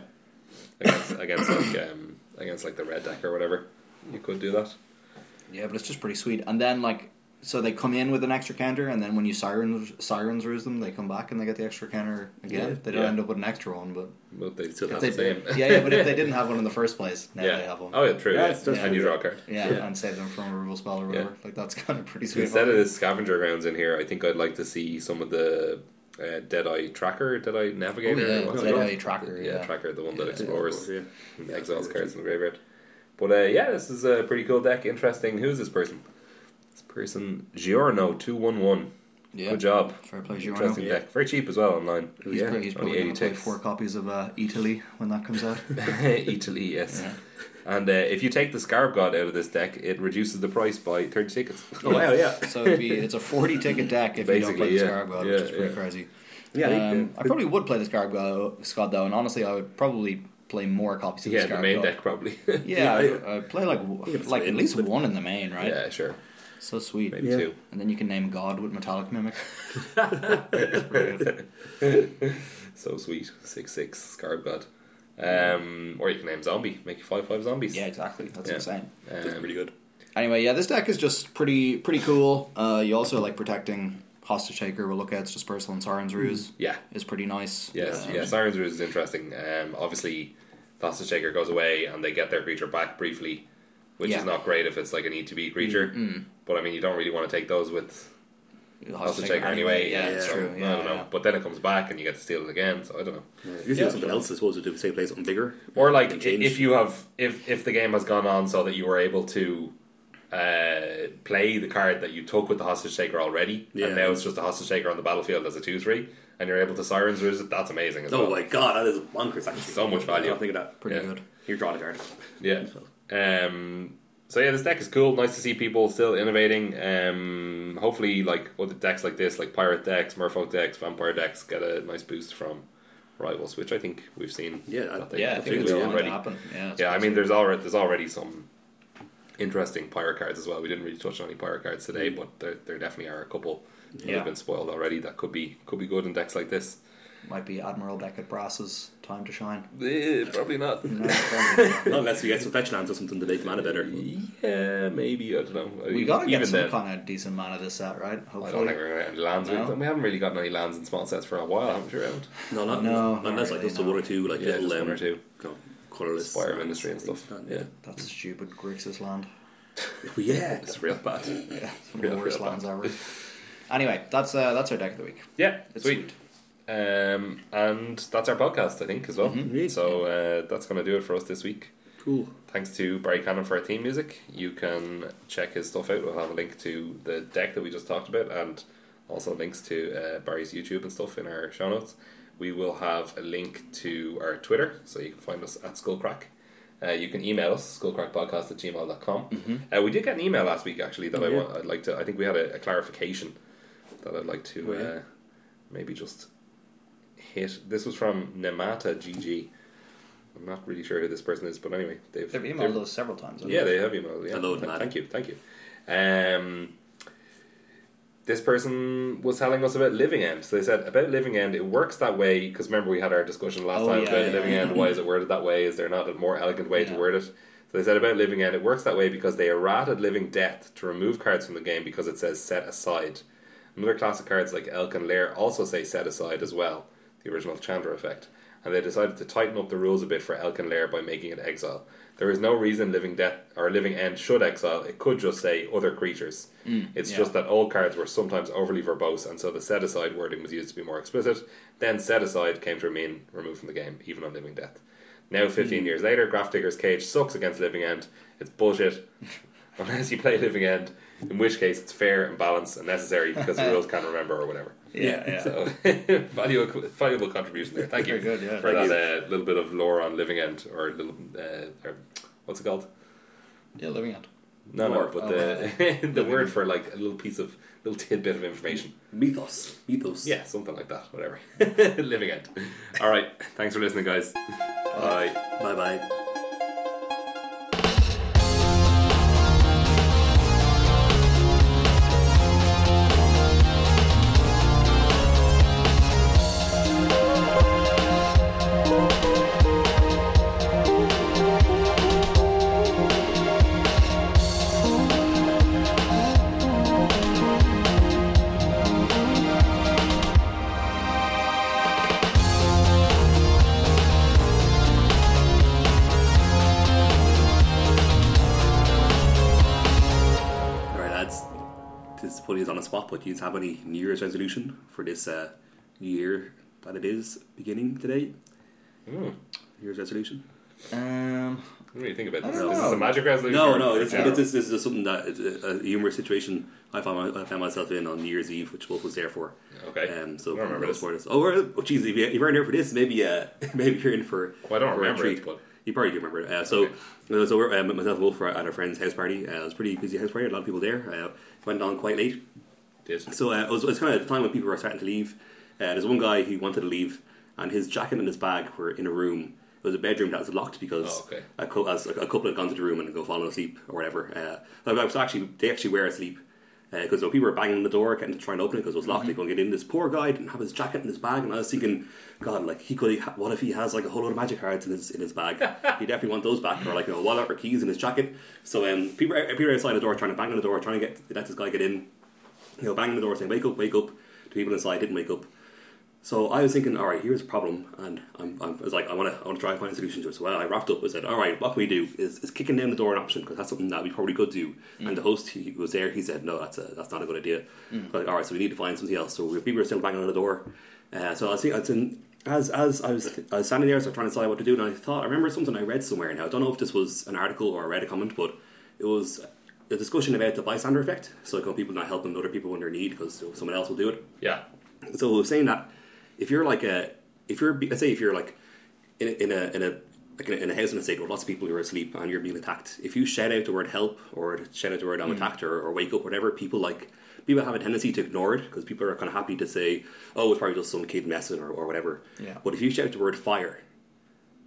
against, against like um, against like the red deck or whatever, you could do that.
Yeah, but it's just pretty sweet. And then like, so they come in with an extra counter, and then when you siren sirens ruse them, they come back and they get the extra counter again.
Yeah.
they don't
Yeah.
end up with an extra one, but
But they still
Still
have
have
the
if they,
same.
yeah, yeah, but if they didn't have one in the first place, now
yeah.
they have one.
Oh yeah, true.
Yeah,
Yeah,
it's just-
and you draw a card.
yeah,
Yeah.
and save them from a removal spell or whatever. Like that's kind of pretty sweet.
Instead of this scavenger grounds in here, I think I'd like to see some of the uh, Deadeye Tracker, Deadeye
oh,
Navigator.
yeah,
what's
it's
it
like
called?
a tracker.
yeah,
Yeah,
Tracker, the one that
Yeah.
explores
Yeah.
and exiles cards in the graveyard. But uh, yeah, this is a pretty cool deck. Interesting. Who's this person? This person Giorno two one one.
yeah.
Good job.
Fair play, Giorno.
Interesting deck. Very cheap as well online.
He's,
Yeah,
pro-
only
he's probably going
80
to play
ticks.
four copies of uh, Italy when that comes out.
Italy, yes. And uh, if you take the Scarab God out of this deck, it reduces the price by 30 tickets.
Oh wow! Yeah.
so it'd be, it's a 40 ticket deck if you don't play
Basically,
the
yeah.
Scarab God,
Yeah,
which is pretty
yeah.
crazy.
Yeah. I think,
Um, I probably would play the Scarab God, Scott, though, and honestly, I would probably play more copies of
yeah,
the
the
Scarab
main
God.
deck probably.
Yeah,
Yeah,
I, I play like w-
think it's
like at
main,
least
but-
one in the main, right?
yeah, sure.
So sweet.
Maybe
Yeah.
two.
And then you can name God with Metallic Mimic.
So sweet. 6 6 Scarab God. Um, or you can name Zombie. Make you 5 5 Zombies.
Yeah, exactly. That's
Yeah.
insane.
Um,
that's pretty good.
Anyway, yeah, this deck is just pretty pretty cool. Uh, you also like protecting hostage taker with lookouts, dispersal, and Siren's Ruse
Yeah.
is pretty nice.
Mm-hmm. Yes,
Um,
yeah, Siren's Ruse is interesting. Um, obviously, the Hostage Taker goes away and they get their creature back briefly, which
Yeah. Mm,
is not great if it's like an E to B creature. But I mean, you don't really want to take those with
the
Hostage Taker anyway.
Yeah,
so,
it's true. Yeah,
I don't know.
yeah.
But then it comes back and you get to steal it again, so I don't know.
If you steal something else, I suppose we do the same place, something bigger.
Or
And
like i-
change.
if you have if if the game has gone on so that you were able to uh, play the card that you took with the hostage taker already,
Yeah.
and now it's just a hostage taker on the battlefield as a two three, and you're able to sirens ruse it. That's amazing. As
Oh
well.
my god, that is bonkers actually.
So much value.
I think of that.
Pretty
Yeah.
good.
You're drawing a card.
yeah. Um, so yeah, this deck is cool. Nice to see people still innovating. Um, hopefully, like other decks like this, like pirate decks, merfolk decks, vampire decks, get a nice boost from rivals, which I think we've seen.
Yeah, I-
that they-
Yeah, I
that
think
they
it's
do
going
already.
to happen. Yeah, it's
Yeah, I
possible.
mean, there's already there's already some interesting pirate cards as well. We didn't really touch on any pirate cards today, but there, there definitely are a couple that
Yeah.
have been spoiled already that could be could be good in decks like this.
might be Admiral Beckett Brass's time to shine.
Eh, probably not.
No, probably not.
Not unless you get some fetch lands or something to make mana better.
yeah, maybe I don't know.
we gotta get
Even
some
then,
kind of decent mana this set, right?
I don't
Hopefully.
think we're gonna get any lands.
No.
We, we haven't really gotten any lands in small sets for a while. I'm sure. Haven't.
No, not,
No,
not
not
unless like
really,
just
no.
one or two like
Yeah,
little
just
um,
one or two.
no, colorless
Spire of
lands,
Industry and
things
stuff.
like that,
That's stupid Grixis land.
Yeah, yeah,
It's real bad.
Yeah, it's one of the
Yeah,
worst
yeah.
lands ever. Anyway, that's uh, that's our deck of the week.
Yeah,
It's
sweet. Um, and that's our podcast, I think, as well.
Mm-hmm.
Indeed.
So uh, that's gonna do it for us this week.
cool.
Thanks to Barry Cannon for our theme music. You can check his stuff out. We'll have a link to the deck that we just talked about and also links to uh, Barry's YouTube and stuff in our show notes. We will have a link to our Twitter, so you can find us at Skullcrack. Uh, you can email us, skullcrackpodcast at gmail.com. Uh, we did get an email last week, actually, that I
Yeah.
want, I'd like to. I think we had a, a clarification that I'd like to
Oh, yeah.
uh, maybe just hit. This was from Nemata GG. I'm not really sure who this person is, but anyway, they've,
They've
they've-
emailed us several times. haven't
yeah, they have emailed. Yeah.
Hello,
Th-
Matt.
Thank you. Thank you. Um, this person was telling us about Living End. So they said about Living End, it works that way because remember we had our discussion last
Oh,
time
yeah,
about
yeah,
Living
yeah.
End. Why is it worded that way? Is there not a more elegant way
Yeah.
to word it? So they said about Living End, it works that way because they errated Living Death to remove cards from the game because it says set aside. Another class of cards like Elk and Lair also say set aside as well, the original Chandra effect, and they decided to tighten up the rules a bit for Elk and Lair by making it exile. There is no reason Living Death or Living End should exile, it could just say other creatures. it's
yeah.
just that old cards were sometimes overly verbose, and so the set aside wording was used to be more explicit. Then set aside came to remain removed from the game, even on Living Death. Now, 15 years later, Graph Digger's Cage sucks against Living End. It's bullshit. Unless you play Living End, in which case it's fair and balanced and necessary because the rules can't remember or whatever.
they? Yeah, yeah.
So, valuable, valuable contribution there. Thank you
Very good, yeah.
for
Thank
that uh, little bit of lore on Living End or a little, uh, or what's it called?
yeah, Living End.
No,
Lore.
no, but the the word for like a little piece of little tidbit of information.
Mythos, mythos.
Yeah, something like that. Whatever. Living End. All right. Thanks for listening, guys. Bye.
Bye bye. All right, lads. This putting is on the spot, but do you have any New Year's resolution for this uh, new year that it is beginning today?
Hmm.
New Year's resolution?
Um,
What do you think about
I
this?
don't
This is
know.
a magic resolution.
No,
or-
no. This,
Yeah.
this, is- this is something that is a, a humorous situation I found, my- I found myself in on New Year's Eve, which Wolf was there for.
Okay.
Um, so
I don't remember
for
this.
for Oh, we're- oh, geez, if you- if you weren't here for this, maybe uh, maybe you're in for.
Well, I don't
for a
remember it,
treat.
but-
you probably do remember it. Uh, so, uh, so we're, um, myself and Wolf were at a friend's house party. Uh, it was a pretty busy house party. A lot of people there. Uh, went on quite late.
Did.
So uh, it, was, it was kind of the time when people were starting to leave. Uh, there's one guy who wanted to leave, and his jacket and his bag were in a room. It was a bedroom that was locked because
Oh, okay.
a, cou- as a, a couple had gone to the room and go fallen asleep or whatever. Uh, so I was actually they actually were asleep uh, because when people were banging on the door, getting to try and open it because it was
Mm-hmm.
locked. They couldn't get in. This poor guy didn't have his jacket and his bag, and I was thinking, God, like he could. Ha- what if he has like a whole load of magic cards in his in his bag? he definitely want those back, or like a wallet or keys in his jacket. So um, people people were outside the door trying to bang on the door, trying to get let this guy get in. you know, banging the door saying, wake up, wake up. The people inside didn't wake up. So I was thinking, all right, here's a problem, and I'm, I'm I was like, I want to, I want to try and find a solution to it. So I wrapped up and said, all right, what can we do? Is, is kicking down the door an option? Because that's something that we probably could do. And the host who was there, he said, no, that's a, that's not a good idea. But like, all right, so we need to find something else. So we, we were still banging on the door. Uh, so I see, it's in, as as I was, I was standing there, so trying to decide what to do, and I thought I remember something I read somewhere. Now I don't know if this was an article or I read a comment, but it was a discussion about the bystander effect. So like, how people not helping other people when they're in need because someone else will do it
Yeah.
so we're saying that if you're like a if you're let's say if you're like in a in a, in a like in a, in a house in a state where lots of people are asleep and you're being attacked, if you shout out the word help or shout out the word I'm attacked or, or wake up, whatever, people like people have a tendency to ignore it because people are kind of happy to say, oh, it's probably just some kid messing or, or whatever.
Yeah.
But if you shout out the word fire,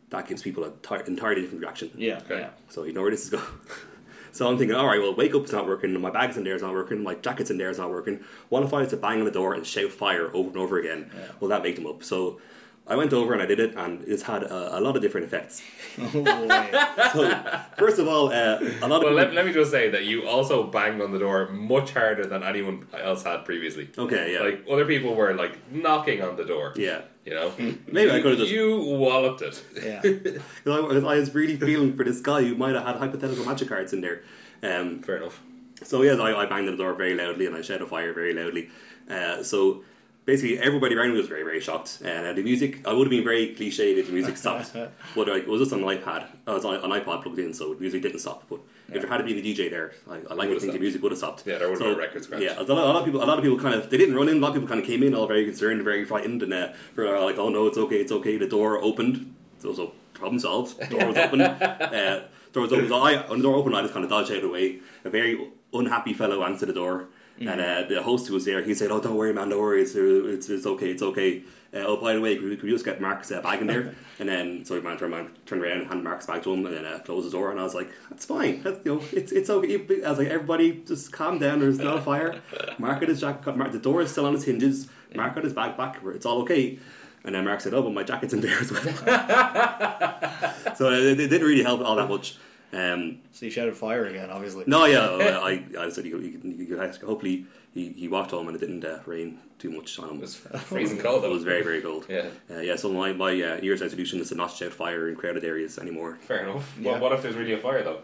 that gives people an entirely different reaction.
Yeah,
Okay.
yeah.
So you know where this is going. so I'm thinking, all right, well, wake up's not working, my bag's in there is not working, my jacket's in there is not working. What if I was to bang on the door and shout fire over and over again? Will that wake them up? So I went over and I did it, and it's had a, a lot of different effects.
Oh, yeah.
So first of all, uh, a lot of
Well,
people-
let, let me just say that you also banged on the door much harder than anyone else had previously.
okay, Oh, yeah,
Like other people were like knocking on the door.
yeah.
You know,
Maybe I could have just
you walloped it.
yeah.
You know, I, was- I was really feeling for this guy who might have had hypothetical magic cards in there. Um,
Fair enough.
So yeah, I, I banged on the door very loudly and I shed a fire very loudly. Uh, so basically, everybody around me was very very shocked. And uh, the music, I would have been very cliche if the music stopped, but like, it was just on an iPad. I was on an iPod plugged in, so the music didn't stop. But if there had been a DJ there, I, I like to think the
stopped.
music would have stopped.
Yeah, there would have
So,
been a record scratch.
Yeah, a lot, a lot of people, a lot of people kind of they didn't run in. A lot of people kind of came in all very concerned, very frightened, and uh, were like, "Oh no, it's okay, it's okay." The door opened. So, so problem solved. Door was open. uh, door was open. So I, when the door opened, I just kind of dodged out of the way. A very unhappy fellow answered the door, and uh,
Mm.
the host who was there, he said, "Oh, don't worry, man, don't worry. It's it's, it's okay, it's okay." Uh, oh, by the way, could we, could we just get Mark's uh, bag in there? And then, so man turned, man turned around and handed Mark's bag to him, and then uh, closed the door. And I was like, "That's fine. That's, you know, it's it's okay." I was like, "Everybody, just calm down. There's not a fire. Mark had his jacket. Mark, the door is still on its hinges. Mark got his bag back. It's all okay." And then Mark said, "Oh, but my jacket's in there as well." so uh, it, it didn't really help all that much. Um,
So you shouted fire again, obviously.
no, yeah, uh, I, I said you, you, you, you ask. Hopefully, he, he walked home and it didn't uh, rain too much on him.
It was freezing cold.
It
That
was very, very cold.
Yeah.
uh, yeah. So my my uh, New Year's resolution is to not shout fire in crowded areas anymore.
Fair enough.
Yeah.
Well, what if there's really a fire though?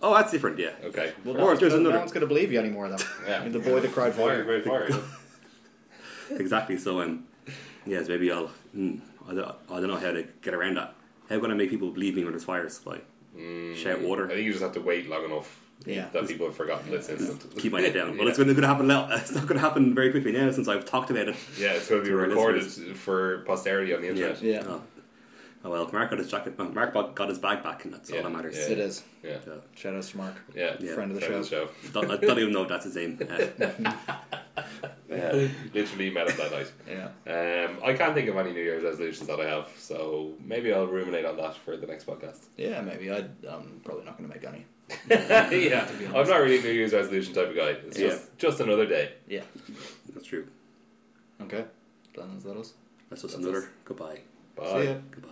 Oh, that's different. Yeah.
Okay.
Well,
Or
no,
if there's
no, no
another-
one's going to believe you anymore, though.
Yeah.
The boy that cried
Fire,
fire.
great fire.
Exactly. So um, yes, maybe I'll. Hmm, I, don't, I don't know how to get around that. How can I make people believe me when there's fires? Like shout
Mm. I
water.
think you just have to wait long enough
Yeah.
that people have forgotten this instant.
Keep my head down. Well,
yeah.
it's going to happen now. It's not going to happen very quickly now since I've talked about it.
Yeah, it's going to be
To our
recorded
listeners.
for posterity on the internet.
Yeah.
Oh. Oh, well, Mark got his jacket. uh, Mark bought- got his bag back, and that's
Yeah,
all that matters.
yeah.
It is.
Yeah.
Yeah.
Shout outs to Mark.
Yeah.
Yeah.
Friend of the
show.
Don't, I don't even know if that's his name. Uh,
Yeah. Literally met him that night.
Yeah.
Um, I can't think of any New Year's resolutions that I have, so maybe I'll ruminate on that for the next podcast.
Yeah, maybe. I'd, I'm probably not going to make any.
yeah, I'm not really a New Year's resolution type of guy. It's
Yeah.
just just another day.
Yeah.
that's true.
Okay. Then is that us?
That's just
That's
another
us.
goodbye.
Bye.
See ya.
Goodbye.